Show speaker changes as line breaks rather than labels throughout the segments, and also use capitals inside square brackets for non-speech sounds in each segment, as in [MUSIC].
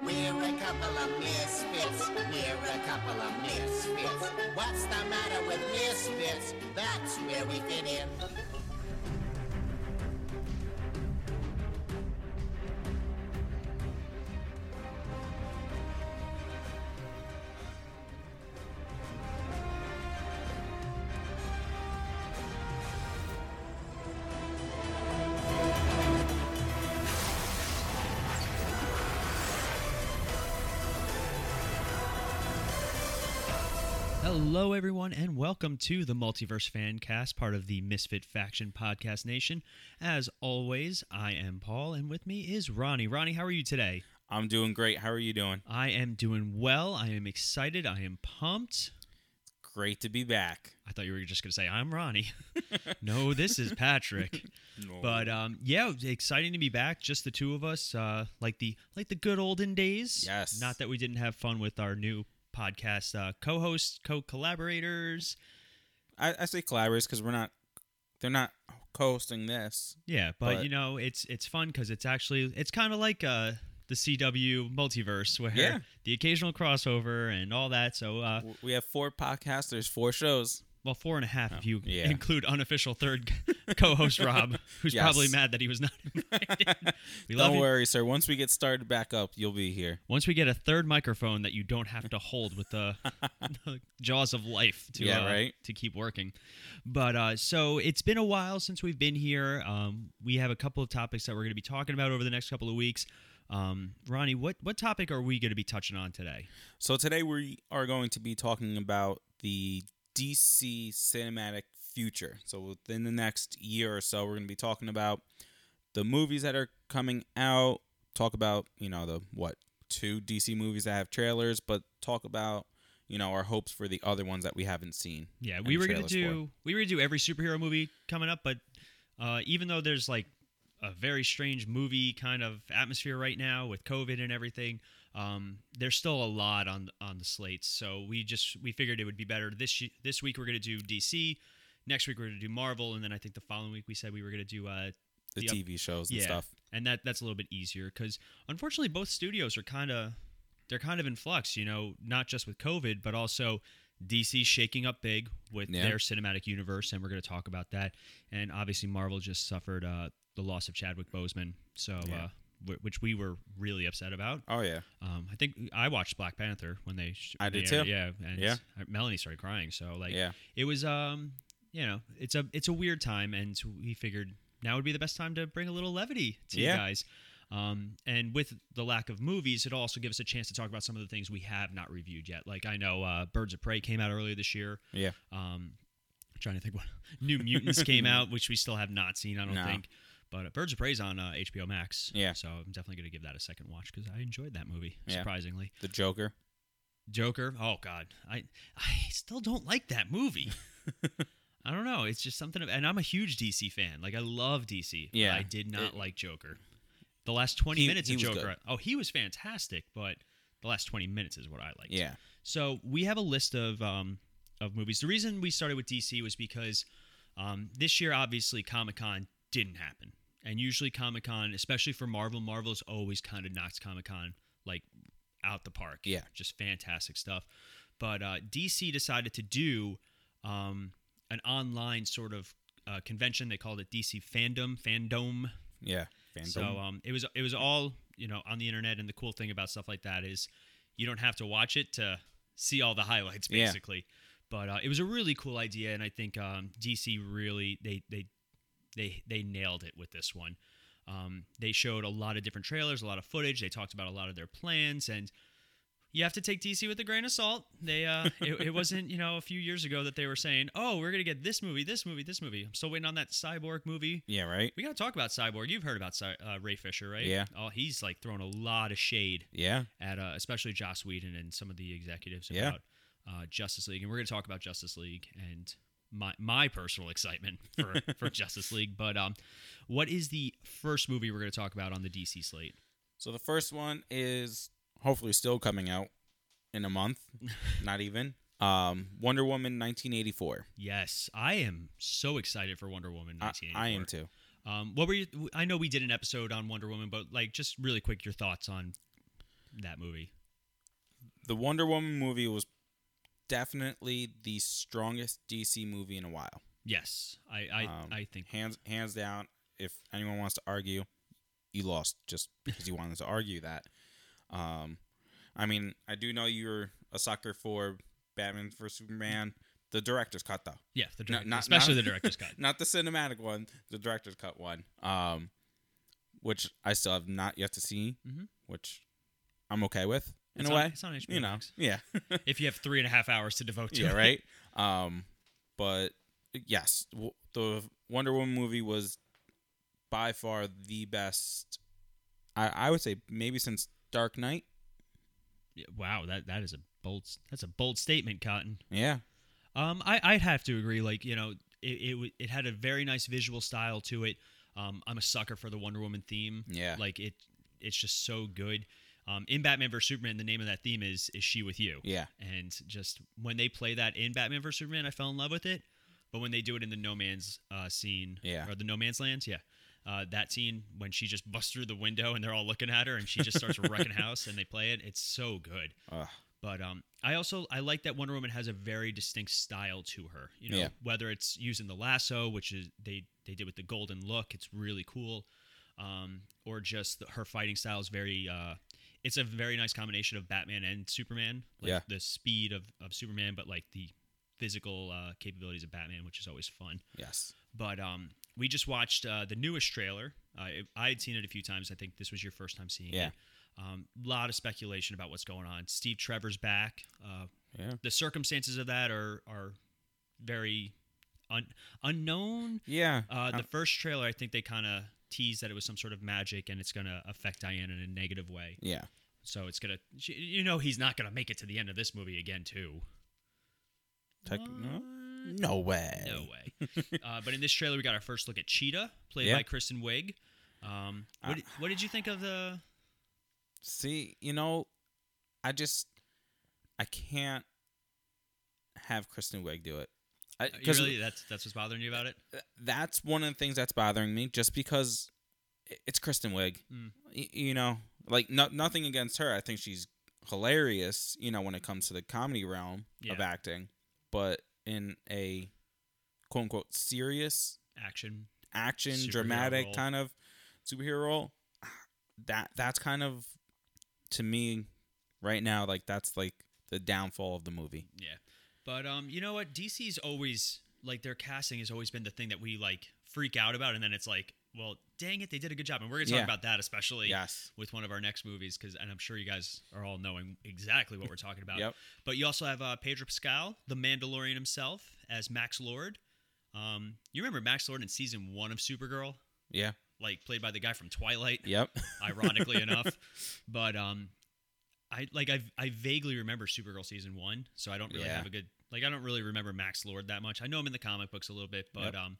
We're a couple of misfits. We're a couple of misfits. What's the matter with misfits? That's where we fit in.
Hello, everyone, and welcome to the Multiverse Fancast, part of the Misfit Faction Podcast Nation. As always, I am Paul, and with me is Ronnie. Ronnie, how are you today?
I'm doing great. How are you doing?
I am doing well. I am excited. I am pumped.
Great to be back.
I thought you were just going to say, I'm Ronnie. [LAUGHS] no, this is Patrick.
No.
But um, yeah, it's exciting to be back, just the two of us, uh, like the like the good olden days.
Yes.
Not that we didn't have fun with our new podcast uh, co-hosts, co-collaborators.
I, I say collaborators because we're not, they're not co-hosting this.
Yeah, but,
But-
you know, it's it's fun because it's actually it's kind of like uh the CW multiverse where
Yeah.
the occasional crossover and all that. So, uh,
W- We have four podcasts. There's four shows.
well, four and a half if you
Oh, yeah.
include unofficial third [LAUGHS] co-host Rob, who's
[LAUGHS] Yes.
probably mad that he was not [LAUGHS] invited. We love
Don't
you.
worry, sir. Once we get started back up, you'll be here.
Once we get a third microphone that you don't have to hold with the, [LAUGHS] the jaws of life to
Yeah,
uh,
right.
to keep working. But uh, so it's been a while since we've been here. Um, we have a couple of topics that we're going to be talking about over the next couple of weeks. Um, Ronnie, what what topic are we going to be touching on today?
So today we are going to be talking about the DC cinematic future. So within the next year or so, we're going to be talking about the movies that are coming out. Talk about you know the what two DC movies that have trailers, but talk about you know our hopes for the other ones that we haven't seen.
Yeah,
and
we were going to
trailers
do we were going to do every superhero movie coming up, but uh, even though there's like a very strange movie kind of atmosphere right now with COVID and everything, um, there's still a lot on on the slates. So we just we figured it would be better this y- this week we're going to do DC, next week we're going to do Marvel, and then I think the following week we said we were going to do uh,
the
Yep.
TV shows and
Yeah.
stuff.
and that that's a little bit easier because unfortunately both studios are kind of they're kind of in flux you know not just with covid but also dc shaking up big with
Yeah.
their cinematic universe and we're going to talk about that and obviously marvel just suffered uh, the loss of chadwick boseman so
Yeah.
uh, wh- which we were really upset about
Oh yeah,
um, i think i watched black panther when they sh-
I
they
did
aired
too.
it, yeah and
Yeah.
melanie started crying so like
yeah.
it was um you know it's a it's a weird time and we figured now would be the best time to bring a little levity to you
Yeah.
guys um and with the lack of movies it also gives us a chance to talk about some of the things we have not reviewed yet like i know uh, birds of prey came out earlier this year
Yeah.
um trying to think what [LAUGHS] new mutants came out which we still have not seen i don't
No.
think but uh, birds of prey's on uh, hbo max
Yeah.
so i'm definitely going to give that a second watch because i enjoyed that movie
Yeah.
surprisingly
The Joker.
Joker. Oh God, I I still don't like that
[LAUGHS]
movie. I don't know. It's just something. Of, and I'm a huge DC fan. Like I love DC. but
Yeah.
I did not
It-
like Joker. The last 20
He-
minutes
he
of
was
Joker. Oh, he was fantastic, but the last 20 minutes is what I liked.
Yeah.
So we have a list of um, of movies. The reason we started with DC was because um, this year, obviously, Comic Con didn't happen, and usually Comic Con, especially for Marvel, Marvel's always kind of knocks Comic Con like out the park.
Yeah.
just fantastic stuff. But uh, DC decided to do um, an online sort of uh, convention. They called it DC Fandom, Fandom.
Yeah. Fandom.
So um, it was it was all you know on the internet, and the cool thing about stuff like that is you don't have to watch it to see all the highlights,
Yeah.
basically. But uh, it was a really cool idea, and I think um, DC really they they they they nailed it with this one. Um, they showed a lot of different trailers, a lot of footage. They talked about a lot of their plans, and you have to take DC with a grain of salt. They
[LAUGHS]
uh, it, it wasn't you know a few years ago that they were saying, oh, we're gonna get this movie, this movie, this movie. I'm still waiting on that Cyborg movie.
yeah. Right.
We got to talk about Cyborg. You've heard about Cy- uh, Ray Fisher, right?
Yeah.
Oh, he's like thrown a lot of shade
Yeah.
at uh, especially Joss Whedon and some of the executives
Yeah.
about uh, Justice League, and we're going to talk about Justice League and my my personal excitement [LAUGHS] for, for Justice League. But um, what is the first movie we're going to talk about on the DC slate?
So the first one is hopefully still coming out in
[LAUGHS]
a month, not even. Um, Wonder Woman 1984.
Yes, I am so excited for Wonder Woman.
I,
1984.
I am too.
Um, what were you? I know we did an episode on Wonder Woman, but like just really quick, your thoughts on that movie.
The Wonder Woman movie was definitely the strongest DC movie in a while.
Yes, I I,
Um,
I think
hands hands down. If anyone wants to argue, you lost just because you wanted to argue that. Um, I mean, I do know you're a sucker for Batman for Superman. The director's cut though,
yeah, the
Not-
direct,
not-
especially
not-
the director's cut.
[LAUGHS] not the cinematic one. The director's cut one, um, which I still have not yet to see,
Mhm.
which I'm okay with in
It's
a
on-
way.
it's on HBO
you know,
Max. [LAUGHS]
yeah.
If you have three and a half hours to devote to
yeah
it.
right um but yes w- the wonder woman movie was by far the best i i would say maybe since dark knight
[LAUGHS] Yeah, Wow, that that is a bold that's a bold statement, Cotton.
yeah
Um, I I'd have to agree. Like you know, it it, w- it had a very nice visual style to it. Um, I'm a sucker for the Wonder Woman theme.
yeah
Like it, it's just so good. Um, in Batman vs Superman, the name of that theme is "Is She with You?"
yeah
And just when they play that in Batman vs Superman, I fell in love with it. But when they do it in the No Man's uh, scene,
Yeah.
or the No Man's Lands, yeah, uh, that scene when she just busts through the window and they're all looking at her and she just starts wrecking house and they play it, it's so good.
Ugh.
But um, I also I like that Wonder Woman has a very distinct style to her. You know,
Yeah.
whether it's using the lasso, which is they they did with the golden look, it's really cool, um, or just the, her fighting style is very. Uh, it's a very nice combination of Batman and Superman. Like
Yeah.
The speed of of Superman, but like the physical uh, capabilities of Batman, which is always fun.
yes
But um, we just watched uh, the newest trailer. Uh, it- I had seen it a few times. I think this was your first time seeing
Yeah.
it. A um, lot of speculation about what's going on. Steve Trevor's back. Uh,
yeah
the circumstances of that are are very un- unknown.
yeah
Uh, the
Um,
first trailer, I think they kind of teased that it was some sort of magic and it's going to affect Diane in a negative way.
yeah
So it's going to, you know, he's not going to make it to the end of this movie again, too.
Tech- no?
What?
no way
No way. uh, but in this trailer, we got our first look at Cheetah, played
Yeah.
by Kristen Wiig. Um, what,
Uh,
did, what did you think of the?
see you know i just i can't have kristen wiig do it I,
Uh, you
'cause-
Really, that's that's what's bothering you about it.
that's one of the things that's bothering me just because i- it's Kristen Wiig.
Mm.
Y- you know, like no- nothing against her. I think she's hilarious, you know, when it comes to the comedy realm of
Yeah.
acting, but in a quote unquote serious
Action.
action
Superhero
dramatic
role.
kind of superhero role, that that's kind of to me right now like that's like the downfall of the movie.
Yeah, but um, you know what? DC's always like their casting has always been the thing that we like freak out about, and then it's like, well, dang it, they did a good job, and we're gonna talk
Yeah.
about that especially
Yes.
with one of our next movies because, and I'm sure you guys are all knowing exactly what we're talking about.
Yep.
But you also have uh, Pedro Pascal, the Mandalorian himself, as Max Lord. Um, you remember Max Lord in season one of Supergirl,
Yeah.
like played by the guy from Twilight
Yep.
[LAUGHS]
[LAUGHS]
ironically enough. But um, I like I I vaguely remember Supergirl season one, so I don't really
Yeah.
have a good like I don't really remember Max Lord that much. I know him in the comic books a little bit, but
Yep.
um,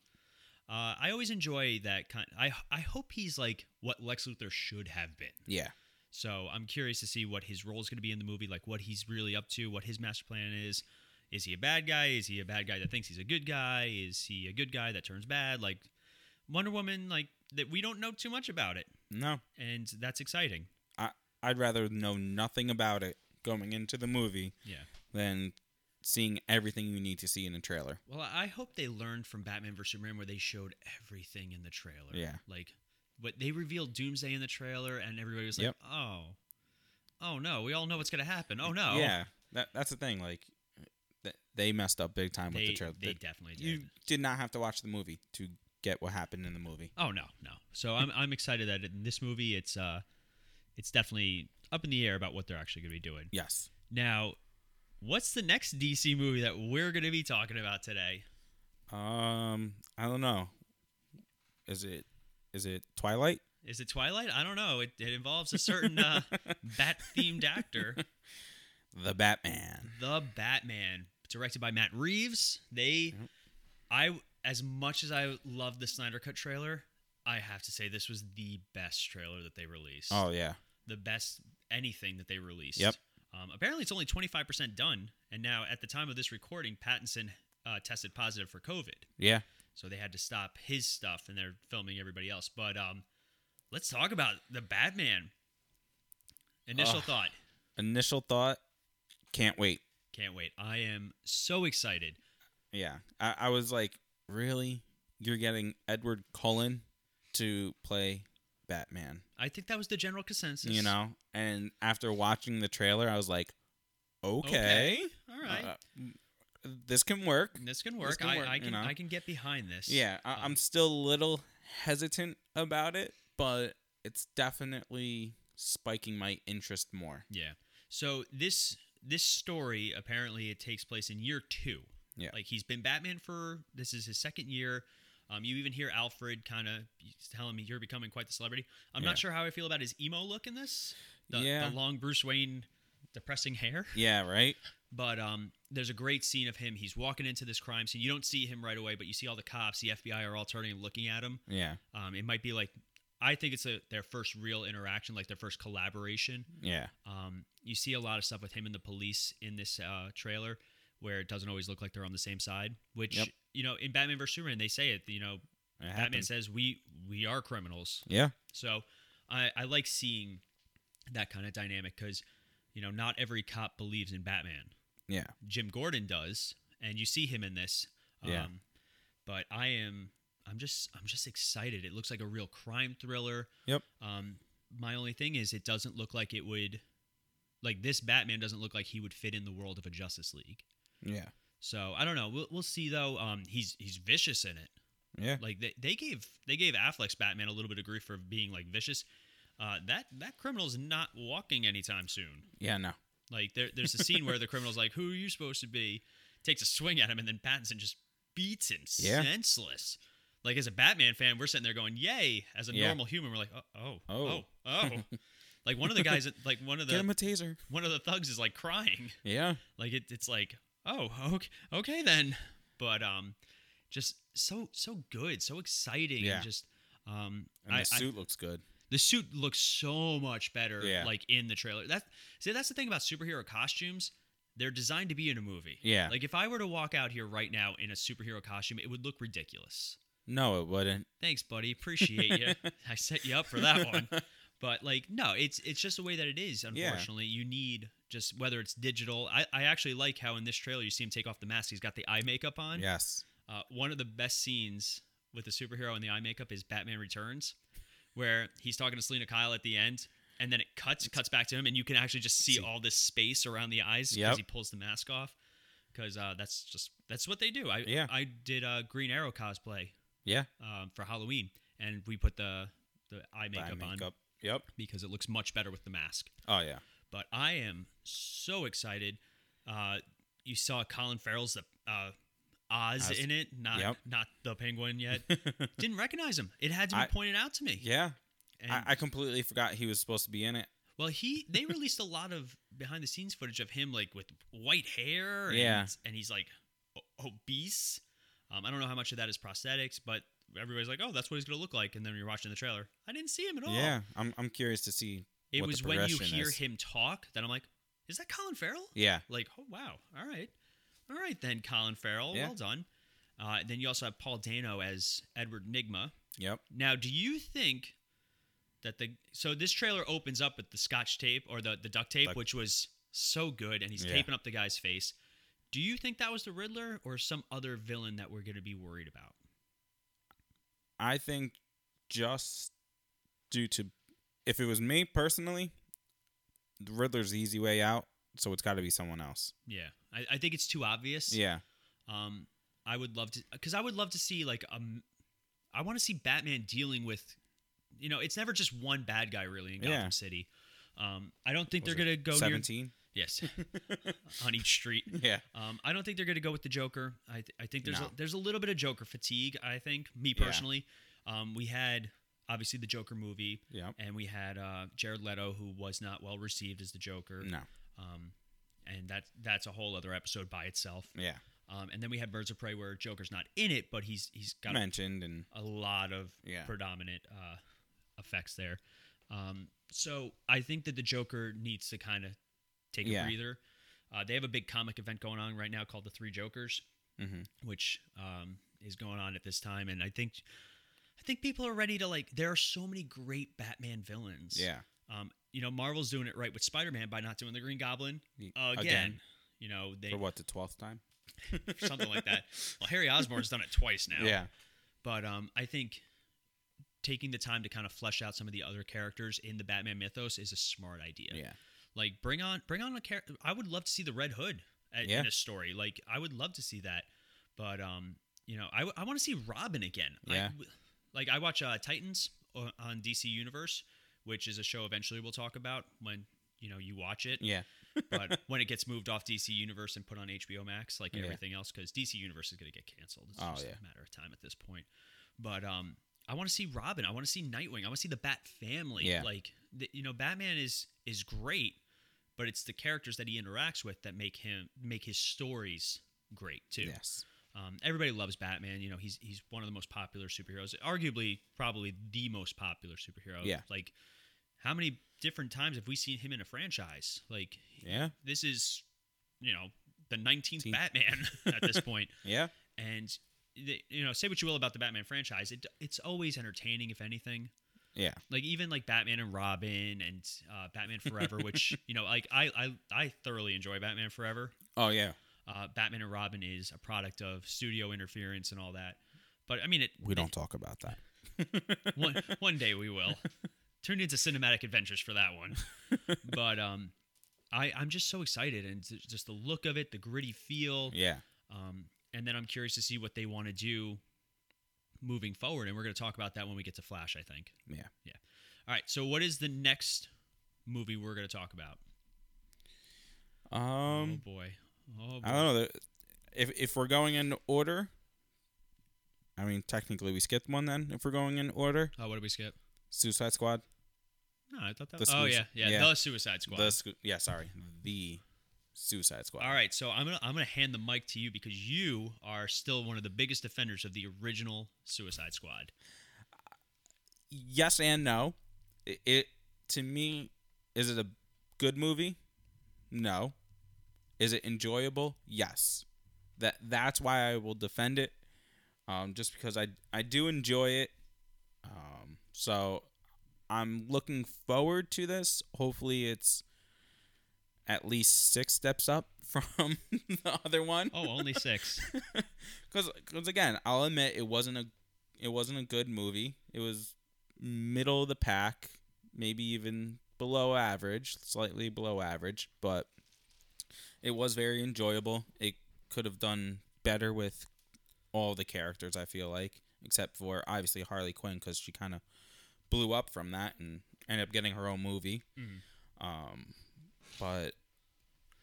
uh, I always enjoy that kind. I I hope he's like what Lex Luthor should have been.
yeah.
So I'm curious to see what his role is going to be in the movie, like what he's really up to, what his master plan is. Is he a bad guy? Is he a bad guy that thinks he's a good guy? Is he a good guy that turns bad? Like Wonder Woman, like that we don't know too much about it,
No.
and that's exciting.
I'd rather know nothing about it going into the movie
Yeah.
than seeing everything you need to see in a trailer.
Well, I hope they learned from Batman vs Superman where they showed everything in the trailer.
Yeah.
Like, but they revealed Doomsday in the trailer, and everybody was like,
Yep.
"Oh, oh no, we all know what's gonna happen. Oh no."
Yeah, that, that's the thing. Like, th- they messed up big time
They,
with the trailer.
they
Th-
definitely did.
you did not have to watch the movie to get what happened in the movie.
Oh no, no. So I'm I'm excited that in this movie it's uh it's definitely up in the air about what they're actually going to be doing.
Yes.
Now, what's the next DC movie that we're going to be talking about today?
Um, I don't know. Is it is it Twilight?
Is it Twilight? I don't know. It, it involves a certain uh, bat themed actor,
The Batman.
The Batman, directed by Matt Reeves. They,
Yep.
I as much as I love the Snyder Cut trailer, I have to say this was the best trailer that they released.
Oh yeah.
the best anything that they released.
Yep.
Um, apparently, it's only 25% done. And now, at the time of this recording, Pattinson uh, tested positive for COVID.
Yeah.
So they had to stop his stuff and they're filming everybody else. But um, let's talk about the Batman. Initial
Ugh.
thought.
Initial thought, can't wait.
Can't wait. I am so excited.
Yeah, I, I was like, really, you're getting Edward Cullen to play Batman?
I think that was the general consensus.
You know, and after watching the trailer, I was like, okay,
Okay. All right.
uh, this can work.
this can work.
can
I,
work,
I
you
can
know.
I can get behind this.
Yeah, I, I'm
Um,
still a little hesitant about it, but it's definitely spiking my interest more.
Yeah. So this this story apparently it takes place in year two.
Yeah.
Like he's been Batman for this is his second year. Um, you even hear Alfred kind of telling me you're becoming quite the celebrity. I'm
Yeah.
not sure how I feel about his emo look in this. The,
Yeah.
the long Bruce Wayne, depressing hair.
Yeah, right.
But um, there's a great scene of him. He's walking into this crime scene. You don't see him right away, but you see all the cops, the FBI are all turning and looking at him.
Yeah,
Um, it might be like, I think it's a, their first real interaction, like their first collaboration.
yeah,
Um, you see a lot of stuff with him and the police in this uh, trailer where it doesn't always look like they're on the same side. Which
Yep.
you know, in Batman vs Superman, they say it. You know,
it
Batman
happened.
says we we are criminals.
Yeah,
So I, I like seeing that kind of dynamic because you know not every cop believes in Batman.
yeah.
Jim Gordon does, and you see him in this. Um,
Yeah.
But I am, I'm just, I'm just excited. It looks like a real crime thriller.
Yep.
Um, my only thing is, it doesn't look like it would, like this Batman doesn't look like he would fit in the world of a Justice League.
Yeah.
So I don't know. We'll, we'll see though. Um, he's he's vicious in it.
Yeah.
Like they, they gave they gave Affleck's Batman a little bit of grief for being like vicious. Uh, that that criminal's not walking anytime soon.
Yeah, no.
Like there, there's a scene where the criminal's like, "Who are you supposed to be?" Takes a swing at him, and then Pattinson just beats him
Yeah.
senseless. Like as a Batman fan, we're sitting there going, "Yay!" As a
Yeah.
normal human, we're like, "Oh,
Oh.
oh, oh, oh!" like one of the guys, at- like one
[LAUGHS]
of
Get him
the
a taser.
one of the thugs is like crying.
Yeah.
Like it, it's like, "Oh, [LAUGHS] okay, okay then." But um, just so so good, so exciting,
Yeah.
and just um,
And
I-
the
I-
suit looks good.
the suit looks so much better,
Yeah.
like in the trailer. That's see, that's the thing about superhero costumes. They're designed to be in a movie.
Yeah.
Like if I were to walk out here right now in a superhero costume, it would look ridiculous.
No, it wouldn't.
Thanks, buddy. Appreciate
[LAUGHS]
you. I set you up for that one. But like, no, it's it's just the way that it is.
Yeah.
Unfortunately, you need just whether it's digital. I, I actually like how in this trailer you see him take off the mask. He's got the eye makeup on.
Yes.
Uh, one of the best scenes with the superhero and the eye makeup is Batman Returns, where he's talking to Selena Kyle at the end, and then it cuts, cuts back to him, and you can actually just see
See.
all this space around the eyes because
Yep.
he pulls the mask off. Because uh, that's just that's what they do. I
Yeah.
I did a Green Arrow cosplay
Yeah.
um, for Halloween, and we put the the eye
Buy
makeup, on
Yep.
because it looks much better with the mask.
Oh yeah.
But I am so excited. Uh, you saw Colin Farrell's the uh, Oz,
Oz.
in it, not
Yep.
not the Penguin
[LAUGHS]
yet. Didn't recognize him. It had to be
I-
pointed out to me.
Yeah.
And,
I, I completely forgot he was supposed to be in it.
well, he they released a lot of behind the scenes footage of him like with white hair. And,
Yeah.
and he's like o- obese. Um, I don't know how much of that is prosthetics, but everybody's like, "Oh, that's what he's gonna look like." And then you're watching the trailer. I didn't see him at all.
Yeah. I'm I'm curious to see.
It
what the
was when you
progression
hear
is.
him talk that I'm like, "Is that Colin Farrell?"
Yeah.
Like, oh wow, all right, all right then, Colin Farrell,
Yeah.
well done. Uh, then you also have Paul Dano as Edward Nigma.
Yep.
Now, do you think that the so this trailer opens up with the Scotch tape or the the duct tape,
Duct-
which was so good, and he's
Yeah.
taping up the guy's face. Do you think that was the Riddler or some other villain that we're going to be worried about?
I think just due to if it was me personally, the Riddler's the easy way out, so it's got to be someone else.
Yeah, I, I think it's too obvious.
Yeah.
Um, I would love to, because I would love to see like um, I want to see Batman dealing with, you know, it's never just one bad guy really in Gotham
Yeah.
City. Um, I don't think
Was
they're gonna
it
go near,
seventeen. [LAUGHS]
yes, [LAUGHS] on each street.
Yeah.
Um, I don't think they're gonna go with the Joker. I th- I think there's
No.
a, there's a little bit of Joker fatigue. I think me
Yeah.
personally, um, we had obviously the Joker movie,
Yep.
and we had uh, Jared Leto who was not well received as the Joker.
No.
Um, and that that's a whole other episode by itself.
Yeah.
Um, and then we had Birds of Prey, where Joker's not in it, but he's he's got a,
Mentioned and
a lot of
Yeah.
predominant uh, effects there. Um, so I think that the Joker needs to kind of take a
Yeah.
breather. Uh, they have a big comic event going on right now called the Three Jokers,
Mhm.
which um, is going on at this time, and I think I think people are ready to like. There are so many great Batman villains.
yeah.
Um, you know, Marvel's doing it right with Spider-Man by not doing the Green Goblin
Y-
again.
again.
You know, they
For what, the 12th time?
something like that. [LAUGHS] Well, Harry Osborn's done it twice now.
Yeah.
But um, I think taking the time to kind of flesh out some of the other characters in the Batman mythos is a smart idea.
Yeah.
Like bring on bring on a character. I would love to see the Red Hood at,
Yeah.
in a story. Like I would love to see that. But um, you know, I, want to see Robin again. I-
Yeah.
w- like I watch uh, Titans o- on DC Universe, which is a show eventually we'll talk about when you know you watch it
Yeah.
but when it gets moved off DC Universe and put on HBO Max, like
Yeah.
everything else, because DC Universe is going to get canceled. It's
Oh,
just
yeah.
a matter of time at this point. But um, I want to see Robin. I want to see Nightwing. I want to see the Bat Family.
Yeah.
Like the, you know, Batman is is great, but it's the characters that he interacts with that make him make his stories great too.
Yes.
Um, everybody loves Batman. You know, he's he's one of the most popular superheroes, arguably probably the most popular superhero.
Yeah.
Like, how many different times have we seen him in a franchise? Like,
Yeah.
this is, you know, the 19th
Teen-
Batman
[LAUGHS]
at this point.
Yeah.
And, the, you know, say what you will about the Batman franchise, it, it's always entertaining, if anything.
Yeah.
Like, even like Batman and Robin and uh, Batman Forever,
[LAUGHS]
which, you know, like I, I, I thoroughly enjoy Batman Forever.
Oh, yeah.
Uh, Batman and Robin is a product of studio interference and all that. But I mean, it,
We don't talk about that.
[LAUGHS] one, one day we will. Tune into cinematic adventures for that
[LAUGHS]
one. But um, I I'm just so excited and j- just the look of it, the gritty feel.
[LAUGHS] Yeah.
Um, and then I'm curious to see what they want to do moving forward, and we're going to talk about that when we get to Flash, I think.
Yeah.
All right. So what is the next movie we're going to talk about?
Um,
oh boy. Oh boy.
I don't know. The- If if we're going in order, I mean, technically we skipped one then. If we're going in order,
Oh, what did we skip?
Suicide Squad.
No, I thought that.
The
oh yeah,
Suicide-
yeah,
yeah.
The Suicide Squad.
The sc- yeah, sorry, the Suicide Squad.
All right, so I'm gonna I'm gonna hand the mic to you because you are still one of the biggest defenders of the original Suicide Squad.
Yes and no. It, it to me is it a good movie? No. Is it enjoyable? Yes. That that's why I will defend it. Um, just because I I do enjoy it. Um, so I'm looking forward to this. Hopefully, it's at least six steps up [LAUGHS] from the other one.
Oh, only six.
Because again, I'll admit it wasn't a it wasn't a good movie. It was middle of the pack, maybe even below average, slightly below average, but it was very enjoyable. It could have done better with all the characters. I feel like, except for obviously Harley Quinn, because she kind of blew up from that and ended up getting her own movie.
Mhm.
Um, but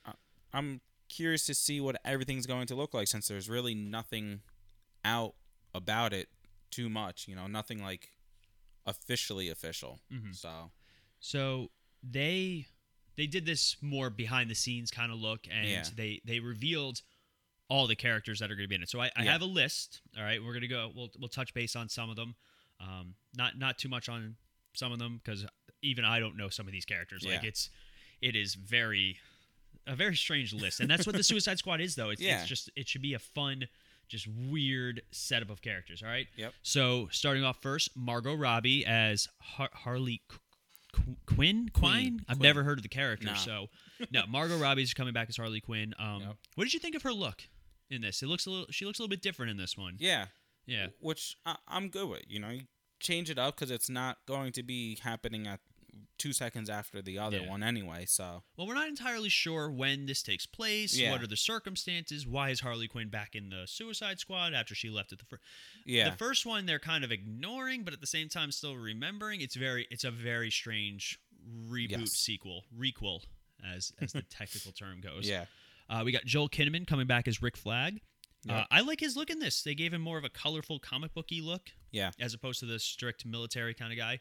I, I'm curious to see what everything's going to look like since there's really nothing out about it too much. You know, nothing like officially official.
Mhm.
So
So they they did this more behind the scenes kind of look, and
Yeah.
they they revealed all the characters that are gonna be in it. So I, I
Yeah.
have a list. All right, we're gonna go. We'll we'll touch base on some of them. Um, not not too much on some of them because even I don't know some of these characters. Like
Yeah.
it's it is very a very strange list, and
[LAUGHS]
that's what the Suicide Squad is, though. It's,
Yeah.
it's just it should be a fun, just weird setup of characters. All right.
Yep.
So starting off first, Margot Robbie as Har- Harley Qu- Qu- Quinn. Quinn. I've
Quinn.
never heard of the character,
Nah. [LAUGHS]
so no. Margot Robbie's coming back as Harley Quinn. Um,
Yep.
what did you think of her look in this? It looks a little. She looks a little bit different in this one.
yeah,
Yeah.
which I, I'm good with. You know, you change it up because it's not going to be happening at two seconds after the other
Yeah.
one anyway. So
Well, we're not entirely sure when this takes place.
Yeah.
What are the circumstances? Why is Harley Quinn back in the Suicide Squad after she left at the first?
yeah,
The first one they're kind of ignoring, but at the same time still remembering. It's very it's a very strange reboot
Yes.
sequel requel as as
[LAUGHS]
the technical term goes.
yeah,
Uh, we got Joel Kinnaman coming back as Rick Flag. Uh,
Yeah.
I like his look in this. They gave him more of a colorful comic booky look
yeah.
as opposed to the strict military kind of guy.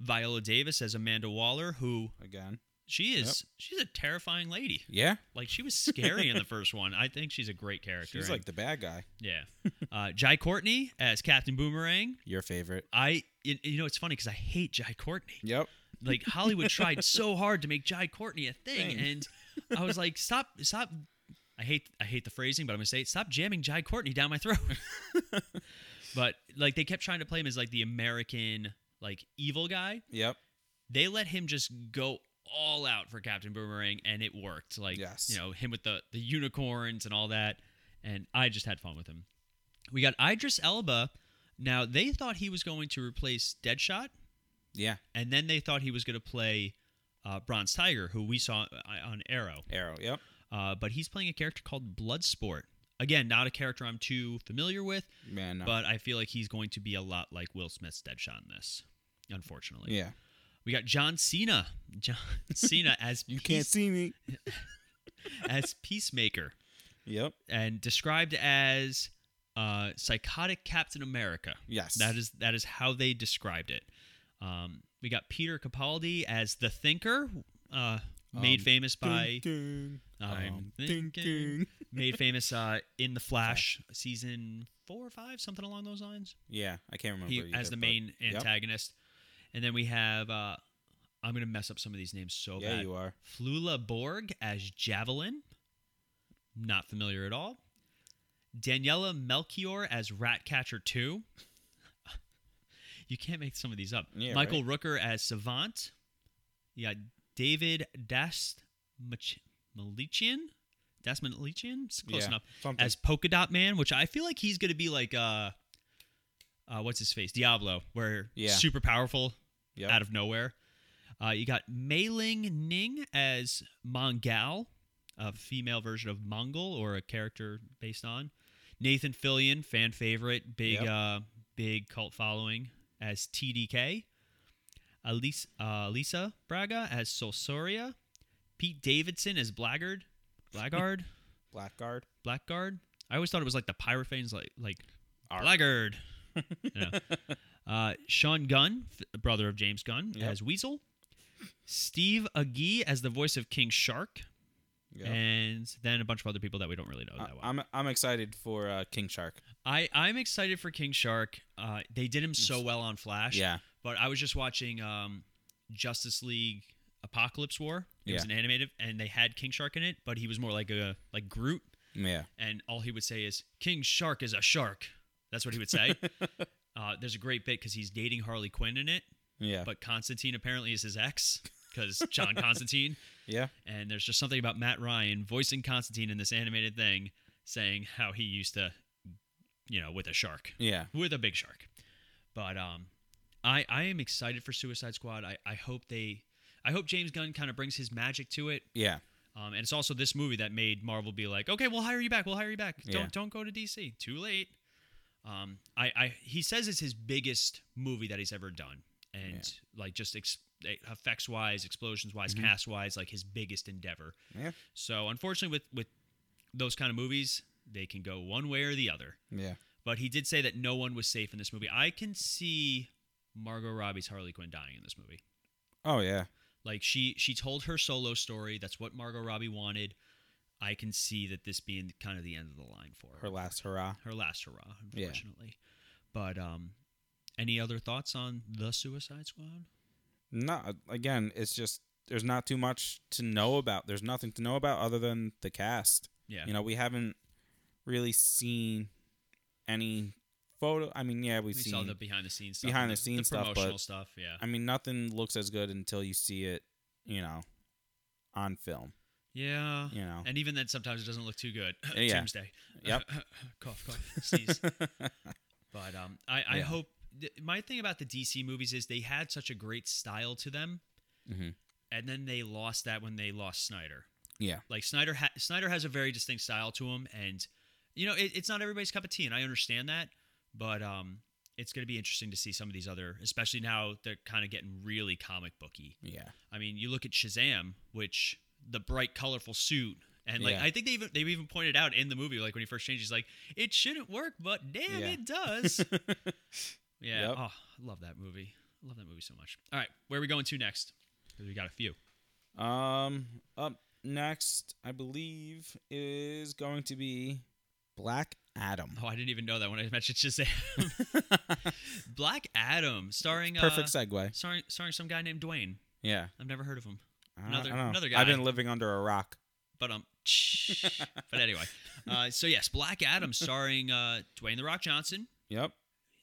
Viola Davis as Amanda Waller, who
Again,
she is she's a terrifying lady.
yeah,
Like she was scary
[LAUGHS]
in the first one. I think she's a great character.
she's
and-
like the bad guy.
yeah. Uh, Jai Courtney as Captain Boomerang.
Your favorite.
I you, you know it's funny because I hate Jai Courtney.
Yep.
Like Hollywood tried so hard to make Jai Courtney a thing,
Thing.
and I was like, stop, stop. I hate I hate the phrasing, but I'm gonna say it. Stop jamming Jai Courtney down my throat. but like they kept trying to play him as like the American like evil guy,
Yep.
they let him just go all out for Captain Boomerang, and it worked. Like
Yes.
you know him with the the unicorns and all that, and I just had fun with him. We got Idris Elba. Now they thought he was going to replace Deadshot,
Yeah,
and then they thought he was going to play uh, Bronze Tiger, who we saw uh, on Arrow.
Arrow. Yep.
Uh, but he's playing a character called Bloodsport. Again, not a character I'm too familiar with,
Man, uh, no.
but I feel like he's going to be a lot like Will Smith's Deadshot in this. Unfortunately,
yeah,
we got John Cena.
[LAUGHS]
John Cena as
you
Peace-
can't see me.
as Peacemaker
Yep.
and described as uh, psychotic Captain America.
Yes.
That is that is how they described it. Um, we got Peter Capaldi as the Thinker, uh, made
Um,
famous by
Thinking,
I'm
I'm
thinking.
thinking.
made famous uh,
[LAUGHS]
in the Flash season four or five, something along those lines.
Yeah, I can't remember
He
either,
as the
but-
main
Yep.
antagonist, and then we have uh, I'm gonna mess up some of these names so
Yeah,
bad.
you are.
Flula Borg as Javelin. Not familiar at all. Daniela Melchior as Ratcatcher 2. [LAUGHS] you can't make some of these up.
Yeah,
Michael Rooker as Savant. You got David Dast Malichian. Dast Malichian? It's close
Yeah,
enough.
something.
As Polka Dot Man, which I feel like he's going to be like, uh, uh, what's his face? Diablo, where
Yeah.
super powerful
Yep.
out of nowhere. Uh, you got Mei Ling Ning as Mongal, a female version of Mongol or a character based on Nathan Fillion, fan favorite, big
Yep.
uh, big cult following as TDK. Elise, uh, Lisa Braga as Solsoria. Pete Davidson as Blackguard. Blackguard.
Blackguard.
Blackguard. I always thought it was like the pirate things, like like
Arr. [LAUGHS]
Blackguard. You know. uh, Sean Gunn, f- brother of James Gunn,
Yep.
as Weasel. Steve Agee as the voice of King Shark,
Yep.
and then a bunch of other people that we don't really know
I,
that well.
I'm I'm excited for uh, King Shark.
I, I'm excited for King Shark. Uh, they did him so well on Flash.
Yeah.
But I was just watching um, Justice League Apocalypse War. It was an
Yeah.
animated, and they had King Shark in it, but he was more like a like Groot.
Yeah.
and all he would say is king shark is a shark that's what he would say uh, there's a great bit because he's dating harley quinn in it
Yeah.
but constantine apparently is his ex because john constantine
yeah.
and there's just something about matt ryan voicing constantine in this animated thing saying how he used to you know with a shark
Yeah.
with a big shark but um i i am excited for suicide squad i i hope they i hope james gunn kind of brings his magic to it
Yeah.
um, and it's also this movie that made Marvel be like, okay, we'll hire you back. We'll hire you back.
Yeah.
Don't don't go to DC. Too late. Um, I, I he says it's his biggest movie that he's ever done, and like just ex- effects wise, explosions wise, cast wise, like his biggest endeavor.
Mm-hmm. Yeah.
So unfortunately, with with those kind of movies, they can go one way or the other.
Yeah.
But he did say that no one was safe in this movie. I can see Margot Robbie's Harley Quinn dying in this movie.
Oh yeah.
Like she she told her solo story. That's what Margot Robbie wanted. I can see that this being kind of the end of the line for her.
Her last hurrah.
Her last hurrah,
Yeah.
unfortunately. But um any other thoughts on the Suicide Squad?
No. Again, it's just there's not too much to know about. There's nothing to know about other than the cast.
Yeah.
You know, we haven't really seen any photo. I mean, yeah, we've
we
seen.
saw the behind the scenes stuff.
behind
and
the scenes stuff, but-
promotional stuff, yeah.
I mean, nothing looks as good until you see it. You know, on film.
yeah.
You
[LAUGHS]
know.
And even then sometimes it doesn't look too good.
Yeah.
Tuesday.
Yep.
[LAUGHS] cough, cough,
[LAUGHS]
sneeze. But um, I, I
Yeah.
hope th- my thing about the DC movies is they had such a great style to them,
Mhm.
and then they lost that when they lost Snyder.
yeah.
Like Snyder, ha- Snyder has a very distinct style to him, and you know it, it's not everybody's cup of tea, and I understand that. But um, it's going to be interesting to see some of these other, especially now they're kind of getting really comic booky.
Yeah.
I mean, you look at Shazam, which the bright, colorful suit, and like
Yeah.
I think they even they even pointed out in the movie, like when he first changed, he's like, "It shouldn't work, but damn,
Yeah.
it does."
[LAUGHS]
yeah,
Yep.
oh, I love that movie. I love that movie so much. All right, where are we going to next? 'Cause we got a few.
Um, up next, I believe, is going to be Black Adam.
Oh, I didn't even know that when I [LAUGHS] mentioned Shazam. Black Adam, starring
[LAUGHS] Perfect
uh,
segue.
starring starring some guy named Dwayne.
Yeah.
I've never heard of him.
I-
Another-
I don't know.
another
I've
guy.
been living under a rock.
but
[LAUGHS]
um [LAUGHS] but anyway uh, so yes black adam starring uh, dwayne the rock johnson
Yep.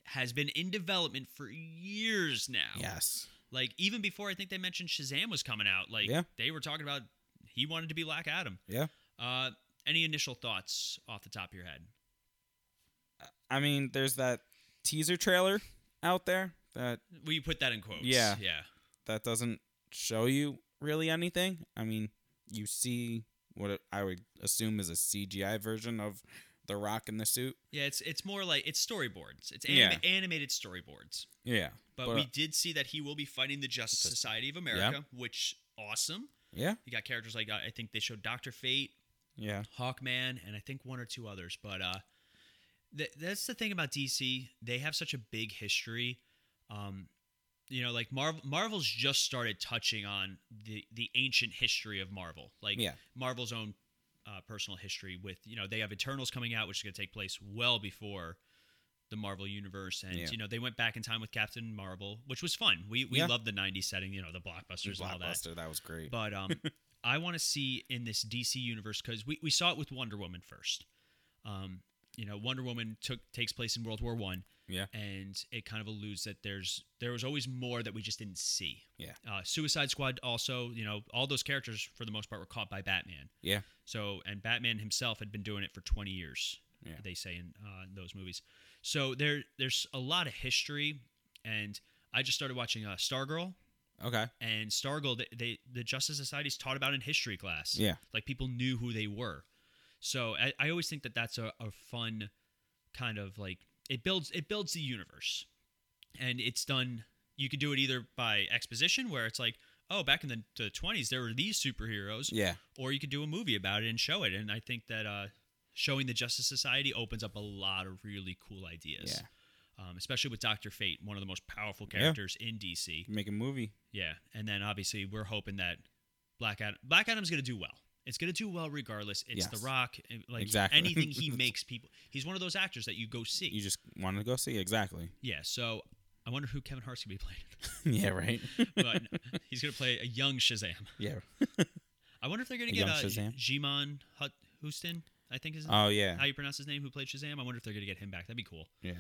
has been in development for years now
Yes.
Like even before I think they mentioned Shazam was coming out, like
Yeah.
they were talking about he wanted to be Black Adam.
Yeah.
Uh, any initial thoughts off the top of your head?
I mean, there's that teaser trailer out there that
Well, you put that in quotes.
Yeah.
Yeah.
that doesn't show you really anything. I mean, you see what I would assume is a CGI version of the Rock in the suit.
Yeah. It's it's more like it's storyboards. It's
Yeah.
anima- animated storyboards.
Yeah,
But, we did see that he will be fighting the Justice Society of America, which awesome.
yeah,
You got characters like uh, I think they showed Doctor Fate,
yeah,
Hawkman, and I think one or two others. But uh, th- that's the thing about DC; they have such a big history. Um, you know, like Marvel, Marvel's just started touching on the the ancient history of Marvel, like
Yeah.
Marvel's own uh, personal history. With you know, they have Eternals coming out, which is going to take place well before the Marvel universe, and
Yeah.
you know, they went back in time with Captain Marvel, which was fun. We we
Yeah.
loved the '90s setting, you know, the blockbusters and all that.
blockbuster. That. was great.
But um,
[LAUGHS]
I want to see in this DC universe because we, we saw it with Wonder Woman first. Um, you know, Wonder Woman took takes place in World War One,
yeah,
and it kind of alludes that there's there was always more that we just didn't see.
Yeah.
Uh, Suicide Squad also, you know, all those characters for the most part were caught by Batman.
yeah,
So, and Batman himself had been doing it for 20 years.
Yeah.
They say in uh, those movies. So there there's a lot of history, and I just started watching uh, Stargirl
okay,
and Stargirl, they, they the Justice Society's taught about in history class.
yeah,
like people knew who they were. So I, I always think that that's a, a fun kind of like it builds it builds the universe, and it's done. You could do it either by exposition, where it's like, oh, back in the- the twenties there were these superheroes,
yeah,
or you could do a movie about it and show it. And I think that uh, showing the Justice Society opens up a lot of really cool ideas.
Yeah.
Um, especially with Doctor Fate, one of the most powerful
Yeah.
characters in DC.
make a movie.
Yeah, and then obviously we're hoping that Black Adam Black Adam's going to do well. It's going to do well regardless. It's
Yes.
The Rock. and, Like
Exactly.
anything he
[LAUGHS]
makes people. He's one of those actors that you go see.
You just wanted to go see exactly.
yeah, so I wonder who Kevin Hart's going to be
[LAUGHS] yeah, right.
playing. [LAUGHS] but he's going to play a young Shazam.
[LAUGHS] yeah.
I wonder if they're going
A
to get
young
uh,
Shazam?
Jimon Hut- Houston, I think is
Oh yeah,
how you pronounce his name, who played Shazam. I wonder if they're going to get him back. That'd be cool.
yeah,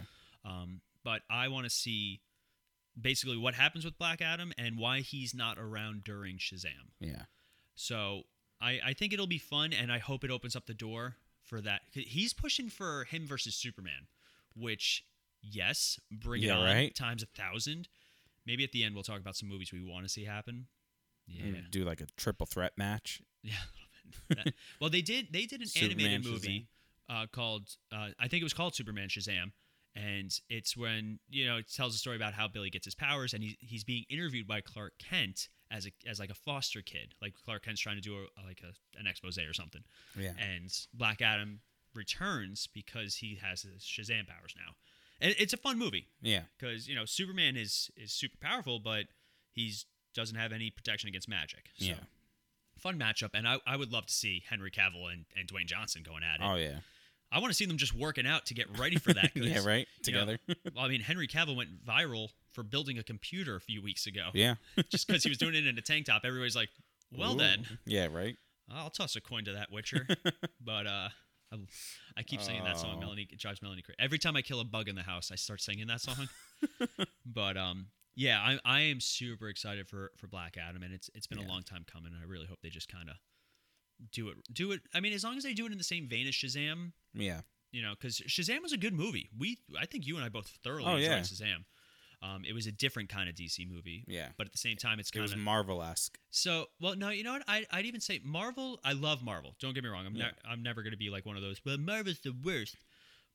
Um, but I want to see basically what happens with Black Adam and why he's not around during Shazam.
yeah,
So I, I think it'll be fun, and I hope it opens up the door for that. He's pushing for him versus Superman, which, yes, bring it
Yeah,
on
right?
times a thousand. Maybe at the end we'll talk about some movies we want to see happen. Yeah,
And Mm, Do like a triple threat match.
yeah. [LAUGHS] a little bit. That- well, they did. They did an animated
Superman,
movie uh, called uh, I think it was called Superman Shazam, and it's when you know it tells a story about how Billy gets his powers, and he, he's being interviewed by Clark Kent as a as like a foster kid, like Clark Kent's trying to do a, like a, an expose or something,
Yeah,
and Black Adam returns because he has his Shazam powers now, and it's a fun movie
yeah,
because you know Superman is is super powerful, but he's doesn't have any protection against magic. So
yeah.
fun matchup, and I, I would love to see Henry Cavill and, and Dwayne Johnson going at it. [LAUGHS]
Oh yeah,
I want to see them just working out to get ready for
[LAUGHS]
that. 'cause,
yeah, right.
you know, [LAUGHS]
Together.
well, I mean, Henry Cavill went viral for building a computer a few weeks ago.
yeah.
[LAUGHS] Just because he was doing it in a tank top, everybody's like, well
Ooh.
then,
Yeah, right.
I'll toss a coin to that
[LAUGHS]
Witcher. but uh, I, I keep singing that song.
Oh.
Melanie it drives Melanie crazy. Every time I kill a bug in the house, I start singing that
[LAUGHS]
song. but um, yeah, I, I am super excited for for Black Adam, and it's it's been
Yeah.
a long time coming. And I really hope they just kind of do it. Do it. I mean, as long as they do it in the same vein as Shazam,
Yeah.
you know, because Shazam was a good movie. We I think you and I both thoroughly
Oh,
enjoyed
yeah.
Shazam. Um, it was a different kind of DC movie.
Yeah.
But at the same time, it's
It
kind
was
of
Marvel esque.
so well, no, you know what? I, I'd even say Marvel. I love Marvel. Don't get me wrong. I'm
Yeah.
ne- I'm never going to be like one of those. But Marvel's the worst.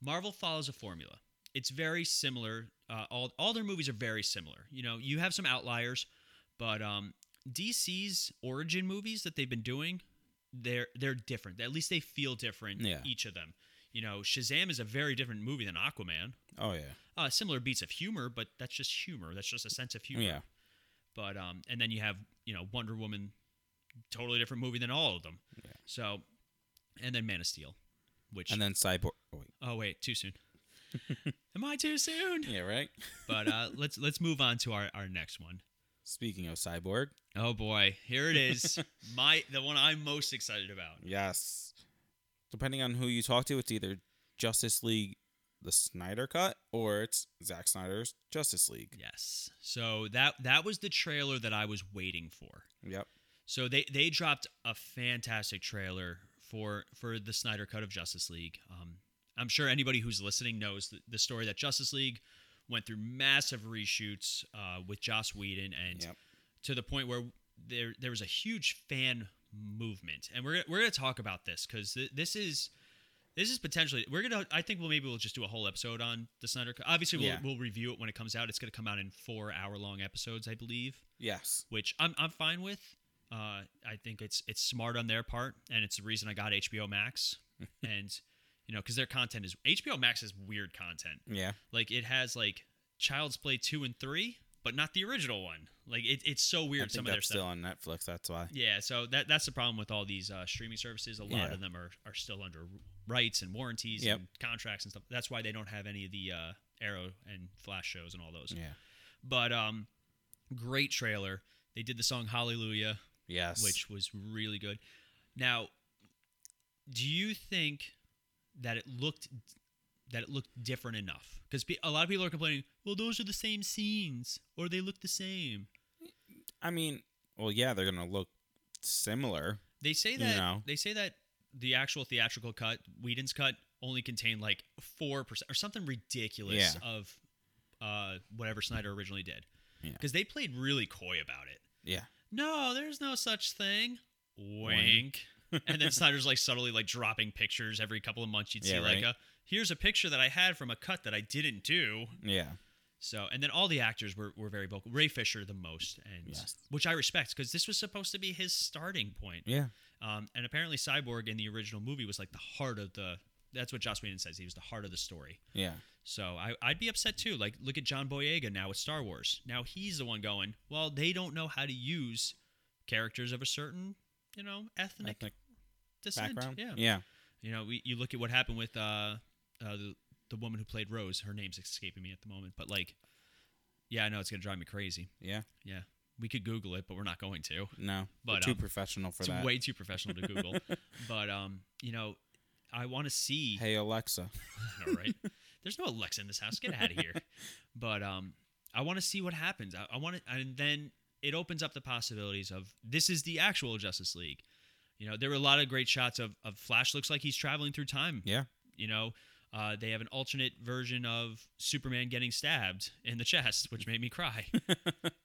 Marvel follows a formula. It's very similar. Uh, all all their movies are very similar. You know, you have some outliers, but um, DC's origin movies that they've been doing, they're they're different. At least they feel different.
Yeah.
Each of them. You know, Shazam is a very different movie than Aquaman.
Oh yeah.
Uh, similar beats of humor, but that's just humor. That's just a sense of humor.
Yeah.
But um, and then you have you know Wonder Woman, totally different movie than all of them.
Yeah.
So, and then Man of Steel, which
And then Cyborg. Oh, wait.
oh wait, too
[LAUGHS]
soon. Am I too soon?
Yeah, right.
But
[LAUGHS]
uh, let's let's move on to our our next one.
Speaking of Cyborg,
Oh boy, here it
[LAUGHS]
is. My the one I'm most excited about.
yes. Depending on who you talk to, it's either Justice League, the Snyder Cut or it's Zack Snyder's Justice League.
Yes. So that that was the trailer that I was waiting for.
Yep.
So they they dropped a fantastic trailer for for the Snyder Cut of Justice League. Um, I'm sure anybody who's listening knows the, the story that Justice League went thhrough massive reshoots uh, with Joss Whedon, and
Yep.
to the point where there there was a huge fan movement, and we're we're gonna talk about this because th- this is. This is potentially we're gonna. I think we'll maybe we'll just do a whole episode on the Snyder. Cut. Obviously, we'll,
Yeah.
we'll review it when it comes out. It's gonna come out in four hour long episodes, I believe
Yes.
which I'm I'm fine with. Uh, I think it's it's smart on their part, and it's the reason I got HBO
[LAUGHS]
Max. and you know, because their content is HBO Max is weird content.
Yeah.
Like it has like Child's Play two and three, but not the original one. Like it, it's so
I
weird.
think
some of
that's
their
still
stuff.
on Netflix. That's why.
Yeah, so that that's the problem with all these uh, streaming services. A lot
Yeah.
of them are, are still under rights and warranties
Yep.
and contracts and stuff. That's why they don't have any of the uh, Arrow and Flash shows and all those.
Yeah.
But um, great trailer. They did the song Hallelujah
Yes.
which was really good. Now, do you think that it looked that it looked different enough? Because pe- a lot of people are complaining, well, those are the same scenes, or they look the same.
I mean, well, yeah, they're gonna look similar.
They say
You
that
know.
they say that the actual theatrical cut, Whedon's cut, only contained like four percent or something ridiculous
Yeah.
of uh, whatever Snyder originally did,
Yeah.
because they played really coy about it.
Yeah.
no, there's no such thing. Wink. and
[LAUGHS]
then Snyder's like subtly like dropping pictures every couple of months. You'd see
Yeah,
like
right.
a here's a picture that I had from a cut that I didn't do.
Yeah.
So and then all the actors were, were very vocal. Ray Fisher the most, and
Yes.
which I respect because this was supposed to be his starting point.
Yeah.
Um, and apparently Cyborg in the original movie was like the heart of the. That's what Joss Whedon says. He was the heart of the story.
Yeah.
So I, I'd be upset too. Like, look at John Boyega now with Star Wars. Now he's the one going, well, they don't know how to use characters of a certain, you know, ethnic,
Ethnic
descent.
background.
Yeah.
Yeah.
You know, we, you look at what happened with uh, uh, the, the woman who played Rose. Her name's escaping me at the moment. But, like, yeah, I know it's going to drive me crazy.
Yeah.
Yeah. We could Google it, but we're not going to.
No.
But,
We're too
um,
professional for
It's
that.
way too professional to
[LAUGHS]
Google. but, um, you know, I want to see.
Hey Alexa.
All right. There's no Alexa in this house. Get out of here. But um, I want to see what happens. I, I want to, and then it opens up the possibilities of this is the actual Justice League. You know, there were a lot of great shots of, of Flash looks like he's traveling through time.
Yeah.
You know, uh, they have an alternate version of Superman getting stabbed in the chest, which made me cry.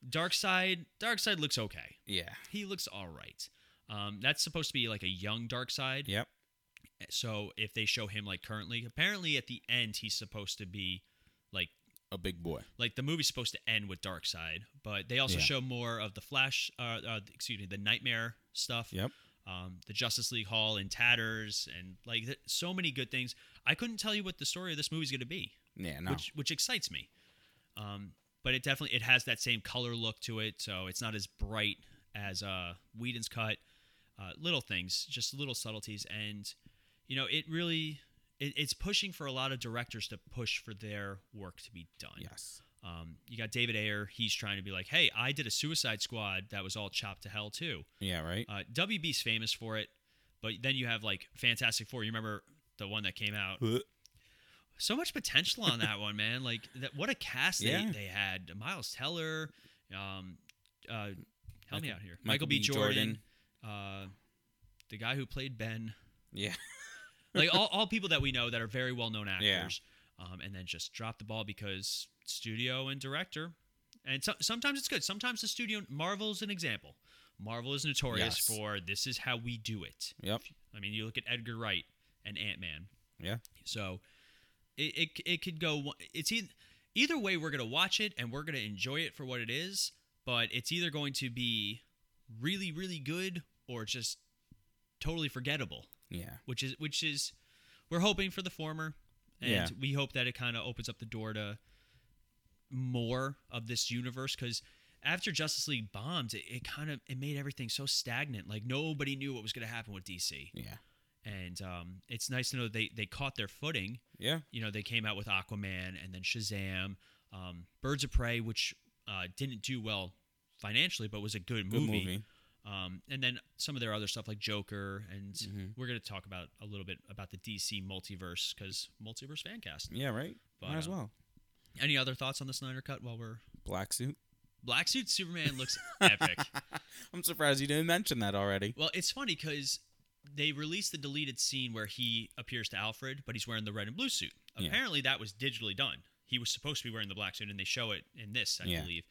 Dark Side, Dark Side looks okay.
Yeah.
He looks all right. Um, that's supposed to be like a young Dark Side.
Yep.
So if they show him like currently, apparently at the end he's supposed to be like
A big boy.
like the movie's supposed to end with Dark Side, but they also
Yeah.
show more of the Flash, uh, uh, excuse me, the Nightmare stuff.
Yep.
Um, the Justice League Hall in tatters, and like th- so many good things. I couldn't tell you what the story of this movie's going to be,
Yeah. No.
which which excites me. Um, but it definitely it has that same color look to it, so it's not as bright as uh, Whedon's cut. Uh, little things, just little subtleties, and you know it really it, it's pushing for a lot of directors to push for their work to be done.
yes.
Um, you got David Ayer. He's trying to be like, hey, I did a Suicide Squad that was all chopped to hell too.
Yeah. Right.
Uh, WB's famous for it, but then you have like Fantastic Four. You remember the one that came out?
Huh.
So much potential on that one, man. Like that, what a cast
Yeah.
they, they had. Miles Teller, um, uh, help me
Michael-
out here.
Michael B. Jordan.
uh, the guy who played Ben. [LAUGHS]
yeah. [LAUGHS]
like all, all people that we know that are very well known actors, um, and then just drop the ball because studio and director. And so, sometimes it's good. Sometimes the studio Marvel's an example. Marvel is notorious
Yes.
for this is how we do it.
Yep.
I mean, you look at Edgar Wright and Ant Man.
Yeah.
So it, it it could go. one- It's either, either way. We're gonna watch it and we're gonna enjoy it for what it is. But it's either going to be really really good or just totally forgettable
Yeah.
which is which is we're hoping for the former and
Yeah.
we hope that it kind of opens up the door to more of this universe because after justice league bombed it, it kind of it made everything so stagnant like nobody knew what was going to happen with dc
Yeah.
and um, it's nice to know they they caught their footing
Yeah.
you know they came out with aquaman and then shazam um, birds of prey which uh, didn't do well financially but was a good
Good
movie,
movie.
Um, and then some of their other stuff like Joker, and
Mhm.
we're going to talk about a little bit about the DC multiverse because multiverse fancast.
Yeah, right.
But,
Might as
um,
well.
Any other thoughts on the Snyder Cut while we're [LAUGHS]
Black suit. [LAUGHS]
Black Suit Superman looks epic.
I'm surprised you didn't mention that already.
Well, it's funny because they released the deleted scene where he appears to Alfred, but he's wearing the red and blue suit.
Yeah.
Apparently, that was digitally done. He was supposed to be wearing the black suit, and they show it in this, I
Yeah.
believe.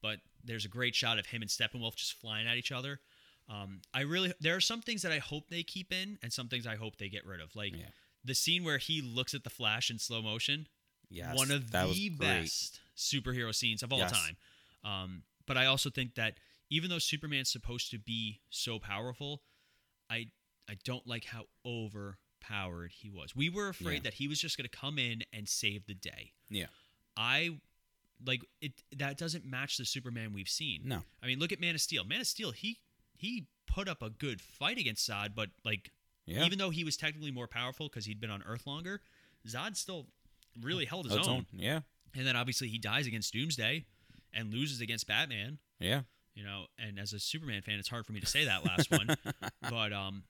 But there's a great shot of him and Steppenwolf just flying at each other. Um, I really there are some things that I hope they keep in, and some things I hope they get rid of. Like
Yeah.
the scene where he looks at the Flash in slow motion
Yes,
one of
that was
the
great.
best superhero scenes of all
Yes.
time. Um, but I also think that even though Superman's supposed to be so powerful, I I don't like how overpowered he was. We were afraid
Yeah.
that he was just going to come in and save the day.
Yeah.
I like it that doesn't match the Superman we've seen.
No.
I mean, look at Man of Steel. Man of Steel, he he put up a good fight against Zod, but like
Yeah.
even though he was technically more powerful because he'd been on Earth longer, Zod still really held his
Oh, it's
own.
own. Yeah.
And then obviously he dies against Doomsday and loses against Batman,
Yeah.
you know, and as a Superman fan, it's hard for me to say that last
[LAUGHS]
one. But um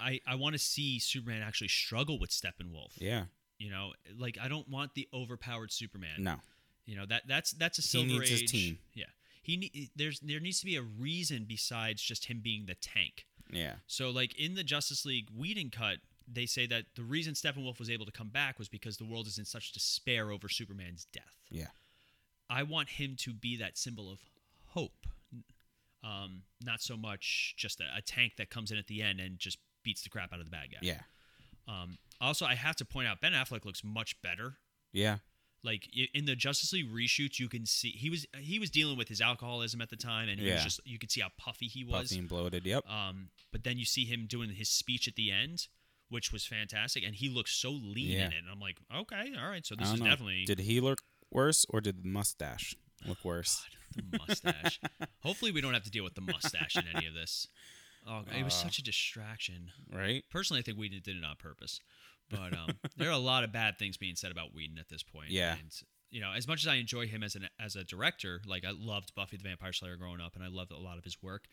I I want to see Superman actually struggle with Steppenwolf.
Yeah.
You know, like I don't want the overpowered Superman.
No.
You know, that that's that's a silver
needs his
age.
team.
Yeah. He ne- there's there needs to be a reason besides just him being the tank.
Yeah.
So, like in the Justice League Whedon cut, they say that the reason Steppenwolf was able to come back was because the world is in such despair over Superman's death.
Yeah.
I want him to be that symbol of hope, um, not so much just a, a tank that comes in at the end and just beats the crap out of the bad guy.
Yeah.
Um, also, I have to point out Ben Affleck looks much better.
Yeah.
Like i- in the Justice League reshoots, you can see he was he was dealing with his alcoholism at the time, and he was
Yeah.
just you could see how puffy he was.
Puffy and bloated. Yep.
Um, but then you see him doing his speech at the end, which was fantastic, and he looks so lean
Yeah.
in it. And I'm like, okay, all right, so
I
this
don't
is
know.
definitely Oh,
Did he look worse or did the mustache look worse?
God, the
[LAUGHS]
mustache. Hopefully, we don't have to deal with the mustache in any of this. Oh, it was
Uh.
such a distraction.
Right.
Personally, I think Whedon did it on purpose. But um,
[LAUGHS]
there are a lot of bad things being said about Whedon at this point.
Yeah.
And, you know, as much as I enjoy him as an as a director, like I loved Buffy the Vampire Slayer growing up, and I loved a lot of his work.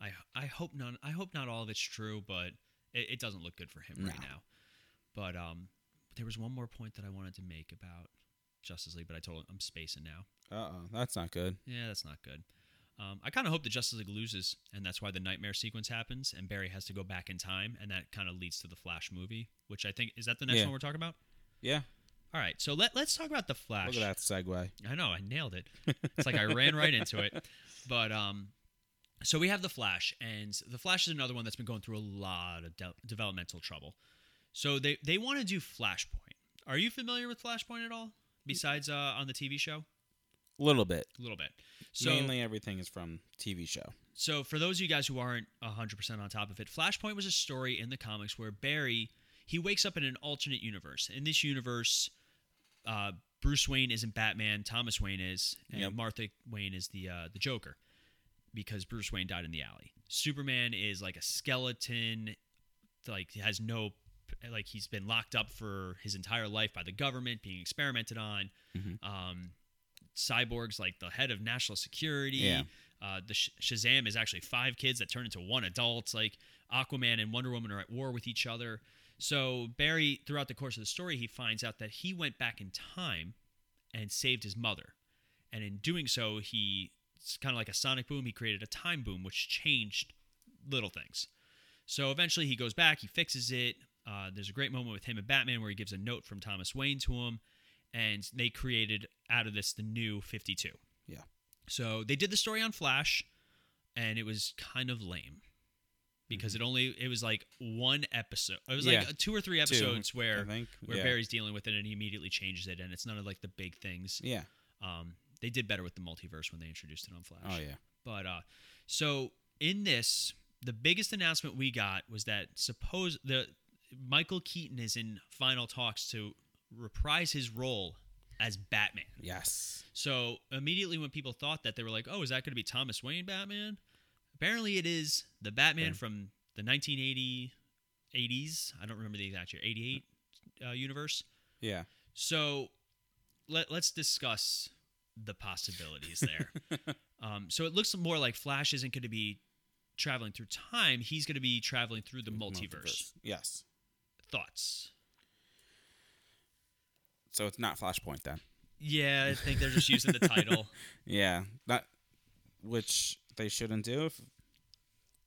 I I hope none. I hope not all of it's true, but it, it doesn't look good for him right
No.
now. But um, there was one more point that I wanted to make about Justice League, but I told I'm spacing now.
Uh oh. That's not good.
Yeah, that's not good. Um, I kind of hope the Justice League loses, and that's why the nightmare sequence happens, and Barry has to go back in time, and that kind of leads to the Flash movie, which I think is that the next
Yeah.
one we're talking about.
Yeah.
All right, so let let's talk about the Flash.
Look at that segue.
I know I nailed
[LAUGHS]
it. It's like I ran right into it, but um, so we have the Flash, and the Flash is another one that's been going through a lot of de- developmental trouble. So they they want to do Flashpoint. Are you familiar with Flashpoint at all? Besides uh, on the TV show,
A little bit.
a little bit. So
Mainly everything is from TV show.
So, for those of you guys who aren't 100% on top of it, Flashpoint was a story in the comics where Barry, he wakes up in an alternate universe. In this universe, uh, Bruce Wayne isn't Batman, Thomas Wayne is, and
Yep.
Martha Wayne is the uh, the Joker because Bruce Wayne died in the alley. Superman is like a skeleton, like has no like he's been locked up for his entire life by the government, being experimented on.
Mhm.
Um, Cyborg's like the head of national security.
Yeah.
Uh, the Sh- Shazam is actually five kids that turn into one adult. Like Aquaman and Wonder Woman are at war with each other. So Barry, throughout the course of the story, he finds out that he went back in time and saved his mother, and in doing so, he it's kind of like a sonic boom. He created a time boom, which changed little things. So eventually, he goes back, he fixes it. Uh, there's a great moment with him and Batman where he gives a note from Thomas Wayne to him, and they created out of this the new 52.
Yeah.
So they did the story on Flash, and it was kind of lame because it only it was like one episode. It was
Mm-hmm. Yeah.
like two or three episodes
I
where
think.
where
yeah.
Barry's dealing with it and he immediately changes it, and it's none of like the big things.
Yeah.
Um, they did better with the multiverse when they introduced it on Flash.
Oh yeah.
But uh, so in this, the biggest announcement we got was that suppose the Michael Keaton is in final talks to reprise his role as Batman.
Yes.
So immediately when people thought that, they were like, "Oh, is that going to be Thomas Wayne Batman?" Apparently, it is the Batman
Okay.
from the 1980 80s. I don't remember the exact year, 88 uh, universe.
Yeah.
So let, let's discuss
[LAUGHS]
the possibilities there. um, so it looks more like Flash isn't going to be traveling through time, he's going to be traveling through the multiverse.
Yes.
Thoughts?
So it's not Flashpoint then.
Yeah, I think they're just using the
[LAUGHS]
title.
Yeah. That which they shouldn't do if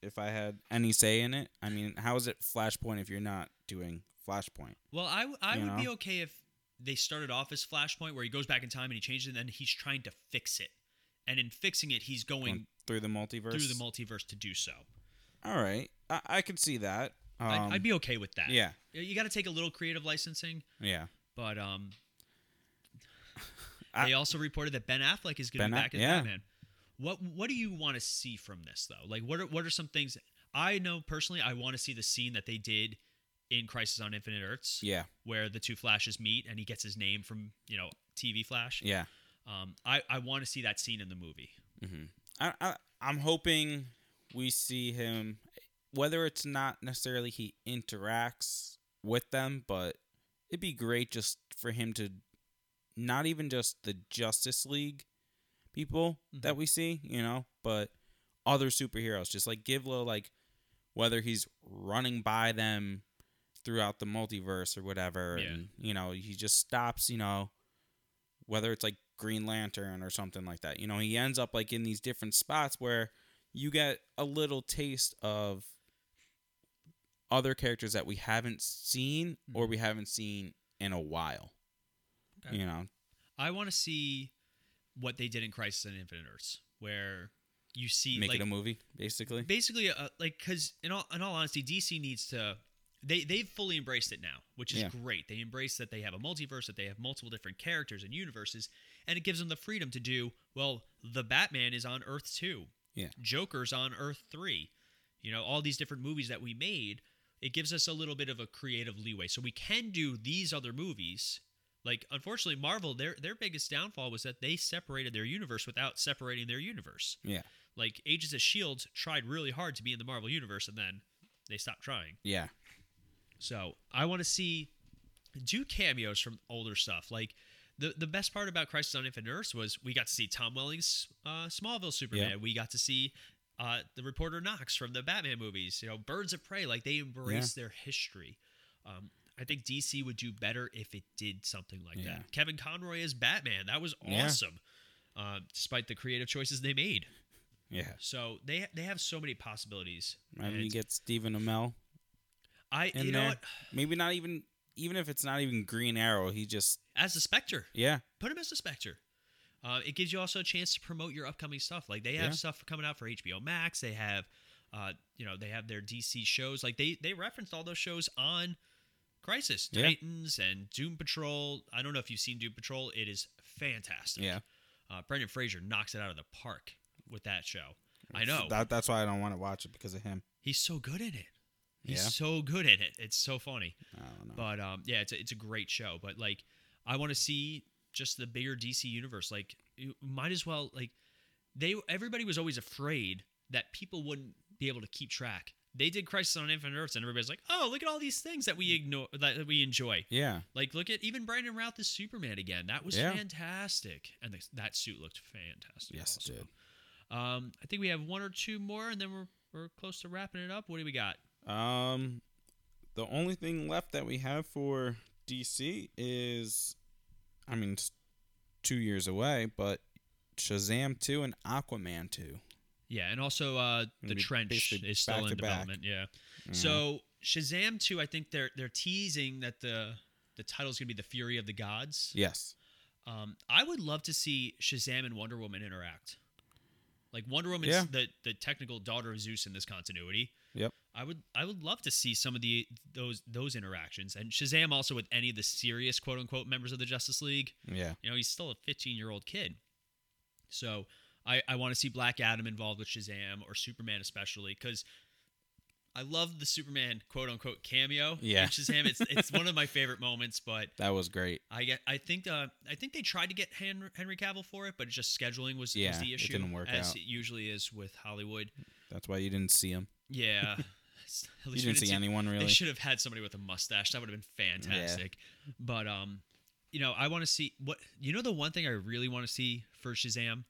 if I had any say in it. I mean, how is it Flashpoint if you're not doing Flashpoint?
Well, I, w- I
You
would be
know?
okay if they started off as Flashpoint, where he goes back in time and he changes it, and then he's trying to fix it. And in fixing it, he's going
Going through the multiverse.
through the multiverse to do so.
All right. I, I could see that. Um,
I'd, I'd be okay with that.
yeah.
You- You got to take a little creative licensing,
Yeah.
but um,
I-
they also reported that Ben Affleck is going to
Ben
be
Aff-
back as
yeah.
Batman. What What do you want to see from this though? Like, what are what are some things? I know personally, I want to see the scene that they did in Crisis on Infinite Earths,
Yeah.
where the two Flashes meet, and he gets his name from you know TV Flash.
Yeah.
Um, I I want to see that scene in the movie.
I, I I'm hoping we see him, whether it's not necessarily he interacts with them, but it'd be great just for him to, not even just the Justice League people
Mm-hmm.
that we see, you know, but other superheroes. Just like give Givlo, like whether he's running by them throughout the multiverse or whatever,
Yeah.
and you know he just stops, you know, whether it's like Green Lantern or something like that. You know, he ends up like in these different spots where you get a little taste of other characters that we haven't seen or we haven't seen in a while.
Mm-hmm. Okay.
You know,
I want to see what they did in Crisis on Infinite Earths, where you see
make
like
it a movie basically.
basically uh, like because in all in all honesty, DC needs to they they've fully embraced it now, which is
Yeah.
great. They embrace that they have a multiverse, that they have multiple different characters and universes, and it gives them the freedom to do well. The Batman is on Earth two,
Yeah.
Joker's on Earth three, you know all these different movies that we made. It gives us a little bit of a creative leeway, so we can do these other movies. Like unfortunately, Marvel their their biggest downfall was that they separated their universe without separating their universe.
Yeah.
Like Agents of Shield E tried really hard to be in the Marvel universe, and then they stopped trying.
Yeah.
So I want to see do cameos from older stuff. Like the the best part about Crisis on Infinite Earths was we got to see Tom Welling's uh, Smallville Superman.
Yeah.
We got to see uh, the reporter Knox from the Batman movies. You know, Birds of Prey. Like they embrace their history. Um, I think DC would do better if it did something like
Yeah.
that. Kevin Conroy as Batman. That was
Yeah.
awesome. Uh, despite the creative choices they made.
Yeah.
So they they have so many possibilities.
Maybe you
And
get Stephen Amell
I
in
you know
there.
what
Maybe not even even if it's not even Green Arrow, he just
as the Spectre.
yeah.
put him as a Spectre. Uh, it gives you also a chance to promote your upcoming stuff. Like they have
Yeah.
stuff coming out for HBO Max. They have, uh, you know, they have their DC shows. Like they they referenced all those shows on Crisis,
Yeah.
Titans, and Doom Patrol. I don't know if you've seen Doom Patrol. It is fantastic.
Yeah.
Uh, Brendan Fraser knocks it out of the park with that show. I know
That, that's why I don't want to watch it because of him.
he's so good in it. He's
Yeah.
so good in it. It's so funny.
I don't know.
But um, yeah, it's a, it's a great show. But like, I want to see just the bigger DC universe. Like, you might as well like they everybody was always afraid that people wouldn't be able to keep track. They did Crisis on Infinite Earths, and everybody's like, "Oh, look at all these things that we ignore that we enjoy."
yeah.
Like, look at even Brandon Routh as Superman again. That was
Yeah.
fantastic, and the, that suit looked fantastic.
Yes,
also.
it did.
Um, I think we have one or two more, and then we're we're close to wrapping it up. What do we got?
Um, the only thing left that we have for DC is, I mean, it's two years away, but Shazam two and Aquaman two.
Yeah, and also uh,
Gonna
the
be
trench
basically
is still
back
in
Mm-hmm. to back.
development. Yeah.
Mm.
So Shazam two, I think they're they're teasing that the the title's gonna be the Fury of the Gods.
Yes.
Um, I would love to see Shazam and Wonder Woman interact. Like Wonder Woman's
Yeah.
the the technical daughter of Zeus in this continuity.
Yep.
I would I would love to see some of the those those interactions and Shazam also with any of the serious quote unquote members of the Justice League.
Yeah.
You know, he's still a 15 year old kid. So I, I want to see Black Adam involved with Shazam or Superman, especially because I love the Superman quote unquote cameo.
Yeah.
in Shazam, it's, it's one of my favorite moments, but.
That was great.
I get. I think. Uh, I think they tried to get Henry, Henry Cavill for it, but it's just scheduling was, was
Yeah,
the
it
issue.
didn't work
as
out.
it usually is with Hollywood.
That's why you didn't see him.
Yeah, [LAUGHS] At
You
least we
didn't see anyone really.
they should have had somebody with a mustache. That would have been fantastic. But um, you know, I want to see what you know. The one thing I really want to see for Shazam,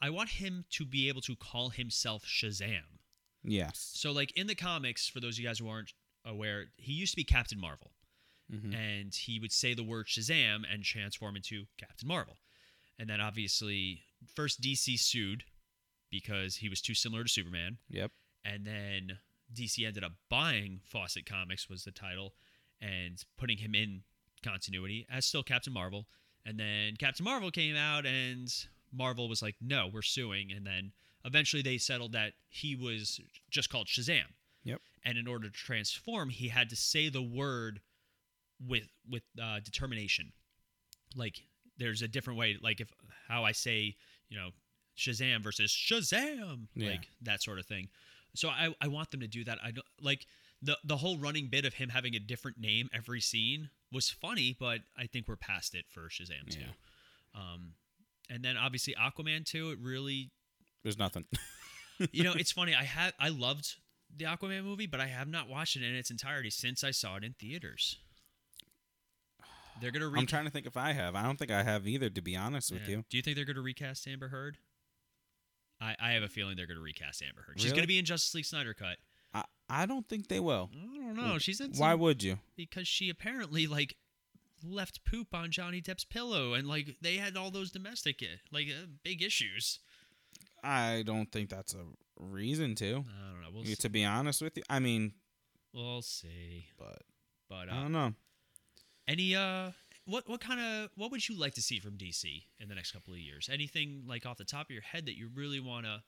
I want him to be able to call himself Shazam.
Yes.
So, like in the comics, for those of you guys who aren't aware, he used to be Captain Marvel,
Mhm.
and he would say the word Shazam and transform into Captain Marvel. And then, obviously, first DC sued because he was too similar to Superman,
Yep.
and then DC ended up buying Fawcett Comics was the title, and putting him in continuity as still Captain Marvel. And then Captain Marvel came out, and Marvel was like, "No, we're suing." And then eventually they settled that he was just called Shazam.
Yep.
And in order to transform, he had to say the word with with uh, determination. Like there's a different way, like if how I say, you know, Shazam versus Shazam,
Yeah.
like that sort of thing. So I, I want them to do that. I don't like the the whole running bit of him having a different name every scene was funny, but I think we're past it for Shazam too.
Yeah.
Um, and then obviously Aquaman too. It really,
There's nothing. [LAUGHS]
you know, it's funny. I have I loved the Aquaman movie, but I have not watched it in its entirety since I saw it in theaters. They're gonna.
I'm
Recast,
trying to think if I have. I don't think I have either, to be honest with you.
Do you think they're gonna recast Amber Heard? I, I have a feeling they're gonna recast Amber Heard. She's
Really?
gonna be in Justice League Snyder cut.
I, I don't think they will.
I don't know. She's in.
Why
some-
would you?
because she apparently like left poop on Johnny Depp's pillow and like they had all those domestic i- like uh, big issues.
I don't think that's a reason to.
I don't know. We'll see.
You- To be honest with you, I mean,
we'll see.
but
But
I
uh,
don't know.
any uh what what kind of what would you like to see from DC in the next couple of years? Anything like off the top of your head that you really want
[LAUGHS]
to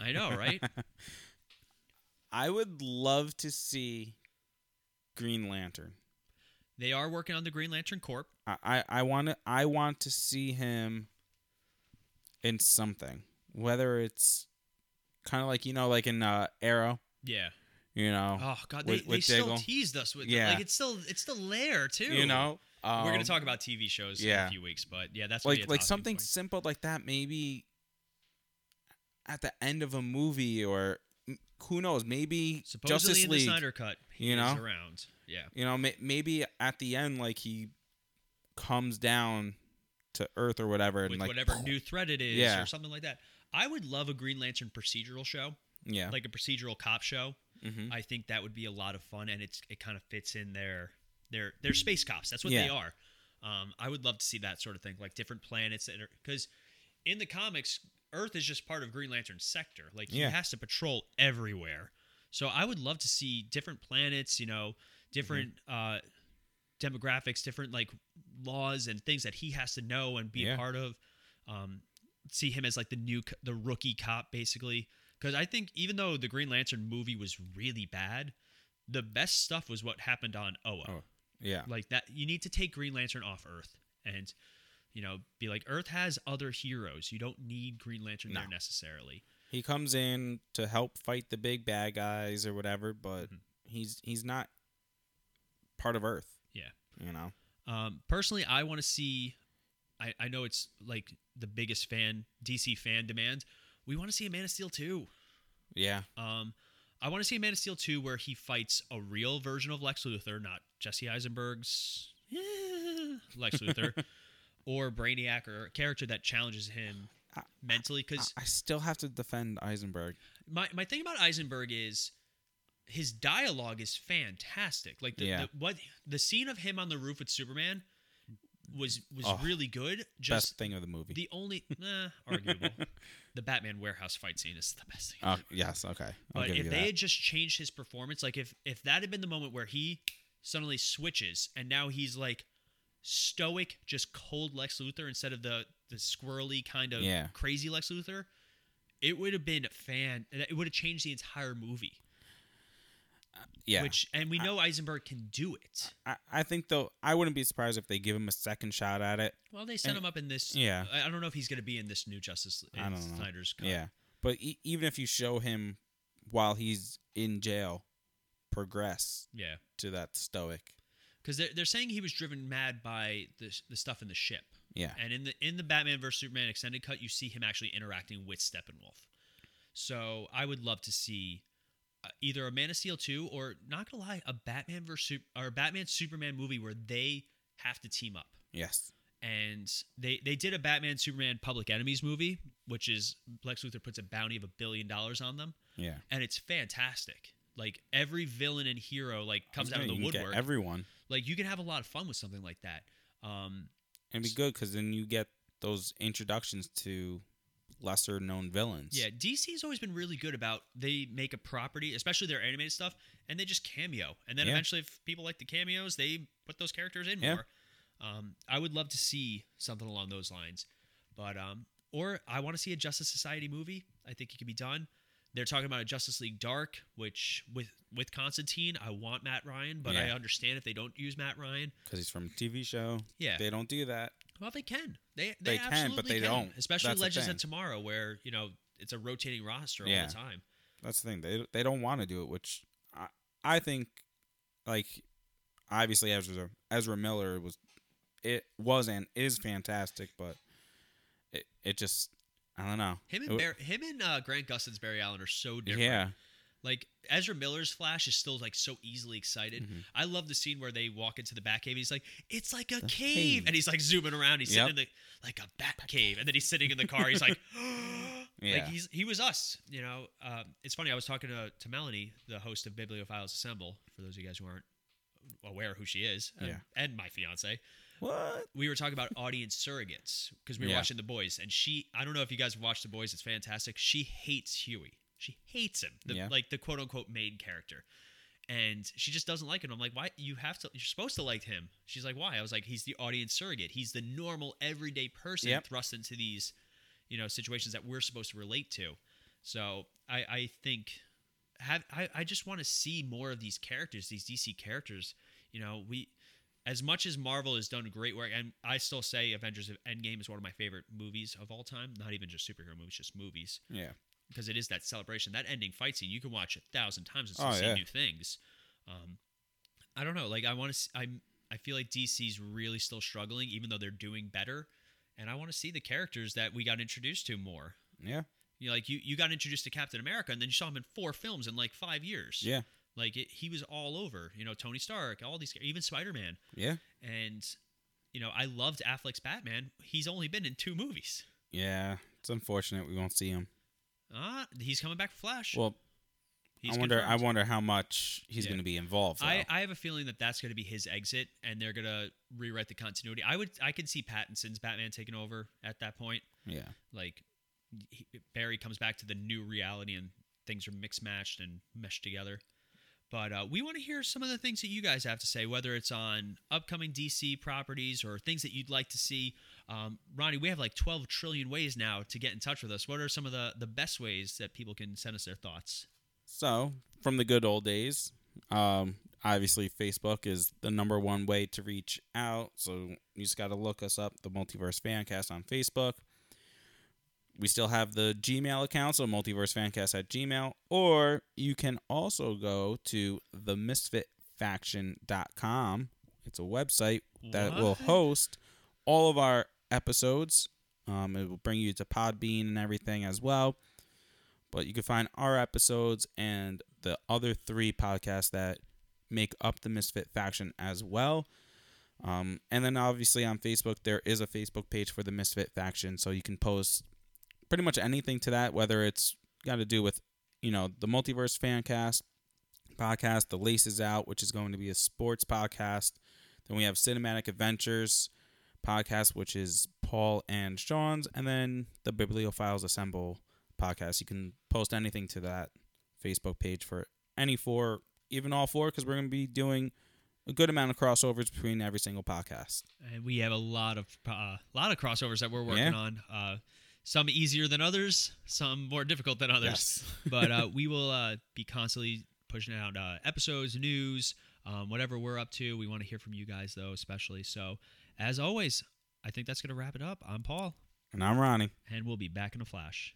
I know, right?
I would love to see Green Lantern.
they are working on the Green Lantern Corp.
I, I, I want to I want to see him in something, whether it's kind of like you know, like in uh, Arrow,
Yeah.
you know,
Oh god, they,
With-
they
with
still
Diggle.
teased us with
Yeah.
like it's still it's still there too.
you know, um,
We're going to talk about TV shows in
yeah.
a few weeks, but yeah, that's gonna be
like
a
like
talking
something
point.
simple like that maybe at the end of a movie or m- who knows maybe
Supposedly
Justice
in
League
the Snyder Cut, he
you
is
know?
around. Yeah,
you know may- maybe at the end like he comes down to Earth or whatever and
with
like
whatever new thread it is,
Yeah.
or something like that. I would love a Green Lantern procedural show,
yeah
like a procedural cop show.
hmm
I think that would be a lot of fun, and it's it kind of fits in their their their space cops. That's what they
Yeah.
are. Um, I would love to see that sort of thing, like different planets that are because in the comics, Earth is just part of Green Lantern's sector. Like he
Yeah.
has to patrol everywhere. So I would love to see different planets. You know, different
Mm-hmm.
uh, demographics, different like laws and things that he has to know and be a
Yeah.
part of. Um, see him as like the new, c- the rookie cop, basically. Because I think even though the Green Lantern movie was really bad, the best stuff was what happened on Oa.
Oh. yeah
Like that, you need to take Green Lantern off Earth and, you know, be like Earth has other heroes. You don't need Green Lantern there
No.
necessarily.
he comes in to help fight the big bad guys or whatever but
Mm-hmm.
he's he's not part of Earth
Yeah.
you know
Um, personally, I want to see. I, I know it's like the biggest fan DC fan demand. We want to see a Man of Steel too.
yeah
Um, I want to see a Man of Steel 2 where he fights a real version of Lex Luthor, not Jesse Eisenberg's eh, Lex Luthor, or Brainiac, or a character that challenges him
I-
mentally. Because
I, I still have to defend Eisenberg
my, my thing about Eisenberg is his dialogue is fantastic. Like the,
Yeah.
the what the scene of him on the roof with Superman was was
Oh,
really good. Just
best thing of the movie
the only eh,
[LAUGHS]
arguable the Batman warehouse fight scene is the best thing.
Oh yes, okay. I'll
But
give
if
you
they
that.
had just changed his performance, like if if that had been the moment where he suddenly switches and now he's like stoic, just cold Lex Luthor instead of the the squirrely kind of
Yeah.
crazy Lex Luthor, it would have been fan. It would have changed the entire movie.
yeah,
Which and we know Eisenberg can do it.
I, I think though I wouldn't be surprised if they give him a second shot at it.
Well, they set
and-
him up in this.
yeah.
I, I don't know if he's going to be in this new Justice in
I don't know.
Snyder's cut.
Yeah, but e- even if you show him while he's in jail, progress
Yeah.
to that stoic.
Because they're, they're saying he was driven mad by the, the stuff in the ship.
Yeah,
And in the in the Batman vs Superman extended cut, you see him actually interacting with Steppenwolf. So I would love to see uh, either a Man of Steel two or not gonna lie, a Batman versus or a Batman Superman movie where they have to team up.
yes,
And they they did a Batman Superman Public Enemies movie, which is Lex Luthor puts a bounty of a billion dollars on them.
Yeah.
and it's fantastic. Like every villain and hero like comes out of
Yeah,
the
you can get
woodwork.
Everyone.
like you can have a lot of fun with something like that. Um,
It'd be good because then you get those introductions to lesser known villains.
yeah, DC's always been really good about they make a property, especially their animated stuff, and they just cameo. And then
Yeah.
eventually, if people like the cameos, they put those characters in
Yeah.
more. Um, I would love to see something along those lines, but um, or I want to see a Justice Society movie. I think it could be done. They're talking about a Justice League Dark, which with with Constantine, I want Matt Ryan, but I
Yeah.
understand if they don't use Matt Ryan.
Because he's from a TV show.
Yeah,
They don't do that.
Well, they can. They they,
They can, but
absolutely
they don't.
Especially
That's the
Legends
thing.
of Tomorrow, where you know it's a rotating roster all
Yeah.
the time.
That's the thing. They they don't want to do it, which I, I think, like, obviously Ezra Ezra Miller was it was and is fantastic, but it it just I don't know.
Him
It
and
w-
Bar- him and uh, Grant Gustin's Barry Allen are so different.
Oh. yeah,
Like Ezra Miller's Flash is still like so easily excited.
Mhm.
I love the scene where they walk into the Batcave. and He's like, "It's like a cave.
cave.
and he's like zooming around. He's
Yep.
sitting in the like a bat cave, and then he's sitting in the car. He's like, [GASPS] like
[LAUGHS] Yeah.
he's he was us. You know, um, it's funny. I was talking to to Melanie, the host of Bibliophiles Assemble. For those of you guys who aren't aware who she is, and,
Yeah.
and my fiance.
what?
we were talking about audience surrogates because we were
Yeah.
watching The Boys, and she I don't know if you guys have watched The Boys, it's fantastic. She hates Huey. She hates him, the,
Yeah.
like the quote unquote main character, and she just doesn't like him. I'm like, why? You have to. You're supposed to like him. She's like, why? I was like, he's the audience surrogate. He's the normal everyday person
Yep.
thrust into these, you know, situations that we're supposed to relate to. So I I think have I, I just want to see more of these characters, these DC characters. You know, we as much as Marvel has done great work, and I still say Avengers Endgame is one of my favorite movies of all time. Not even just superhero movies, just movies,
Yeah,
because it is that celebration, that ending fight scene. You can watch a thousand times and still
Oh,
see
yeah.
new things. Um, I don't know. Like I want to. I'm. I feel like DC's really still struggling, even though they're doing better. And I want to see the characters that we got introduced to more.
yeah,
You know, like you, you got introduced to Captain America, and then you saw him in four films in like five years.
yeah,
like it, he was all over. You know, Tony Stark, all these, even Spider Man,
yeah,
and you know, I loved Affleck's Batman. He's only been in two movies.
yeah. It's unfortunate we won't see him.
Ah, he's coming back for Flash.
Well,
he's
I wonder.
confirmed.
I wonder how much he's
Yeah.
going to be involved.
I,
though.
I have a feeling that that's going to be his exit, and they're going to rewrite the continuity. I would, I could see Pattinson's Batman taking over at that point.
yeah,
Like he, Barry comes back to the new reality, and things are mixed matched and meshed together. But uh, we want to hear some of the things that you guys have to say, whether it's on upcoming DC properties or things that you'd like to see. Um, Ronnie, we have like 12 trillion ways now to get in touch with us. What are some of the, the best ways that people can send us their thoughts?
So, from the good old days, um, obviously Facebook is the number one way to reach out. So you just got to look us up, the Multiverse Fancast on Facebook. We still have the Gmail account, so multiversefancast at Gmail, or you can also go to themisfitfaction.com. It's a website that will
What?
host all of our episodes. Um, it will bring you to Podbean and everything as well. But you can find our episodes and the other three podcasts that make up the Misfit Faction as well. Um, and then obviously on Facebook, there is a Facebook page for the Misfit Faction, so you can post pretty much anything to that, whether it's got to do with you know the Multiverse Fancast podcast, the Laces Out, which is going to be a sports podcast. Then we have Cinematic Adventures podcast, which is Paul and Sean's, and then the Bibliophiles Assemble podcast. You can post anything to that Facebook page for any four, even all four, because we're going to be doing a good amount of crossovers between every single podcast.
And we have a lot of a lot of crossovers that we're working
Yeah.
on. Uh, some easier than others, some more difficult than others. but uh, we will uh, be constantly pushing out uh, episodes, news, um, whatever we're up to. We want to hear from you guys, though, especially. So, as always, I think that's going to wrap it up. I'm Paul,
and I'm Ronnie.
and we'll be back in a flash.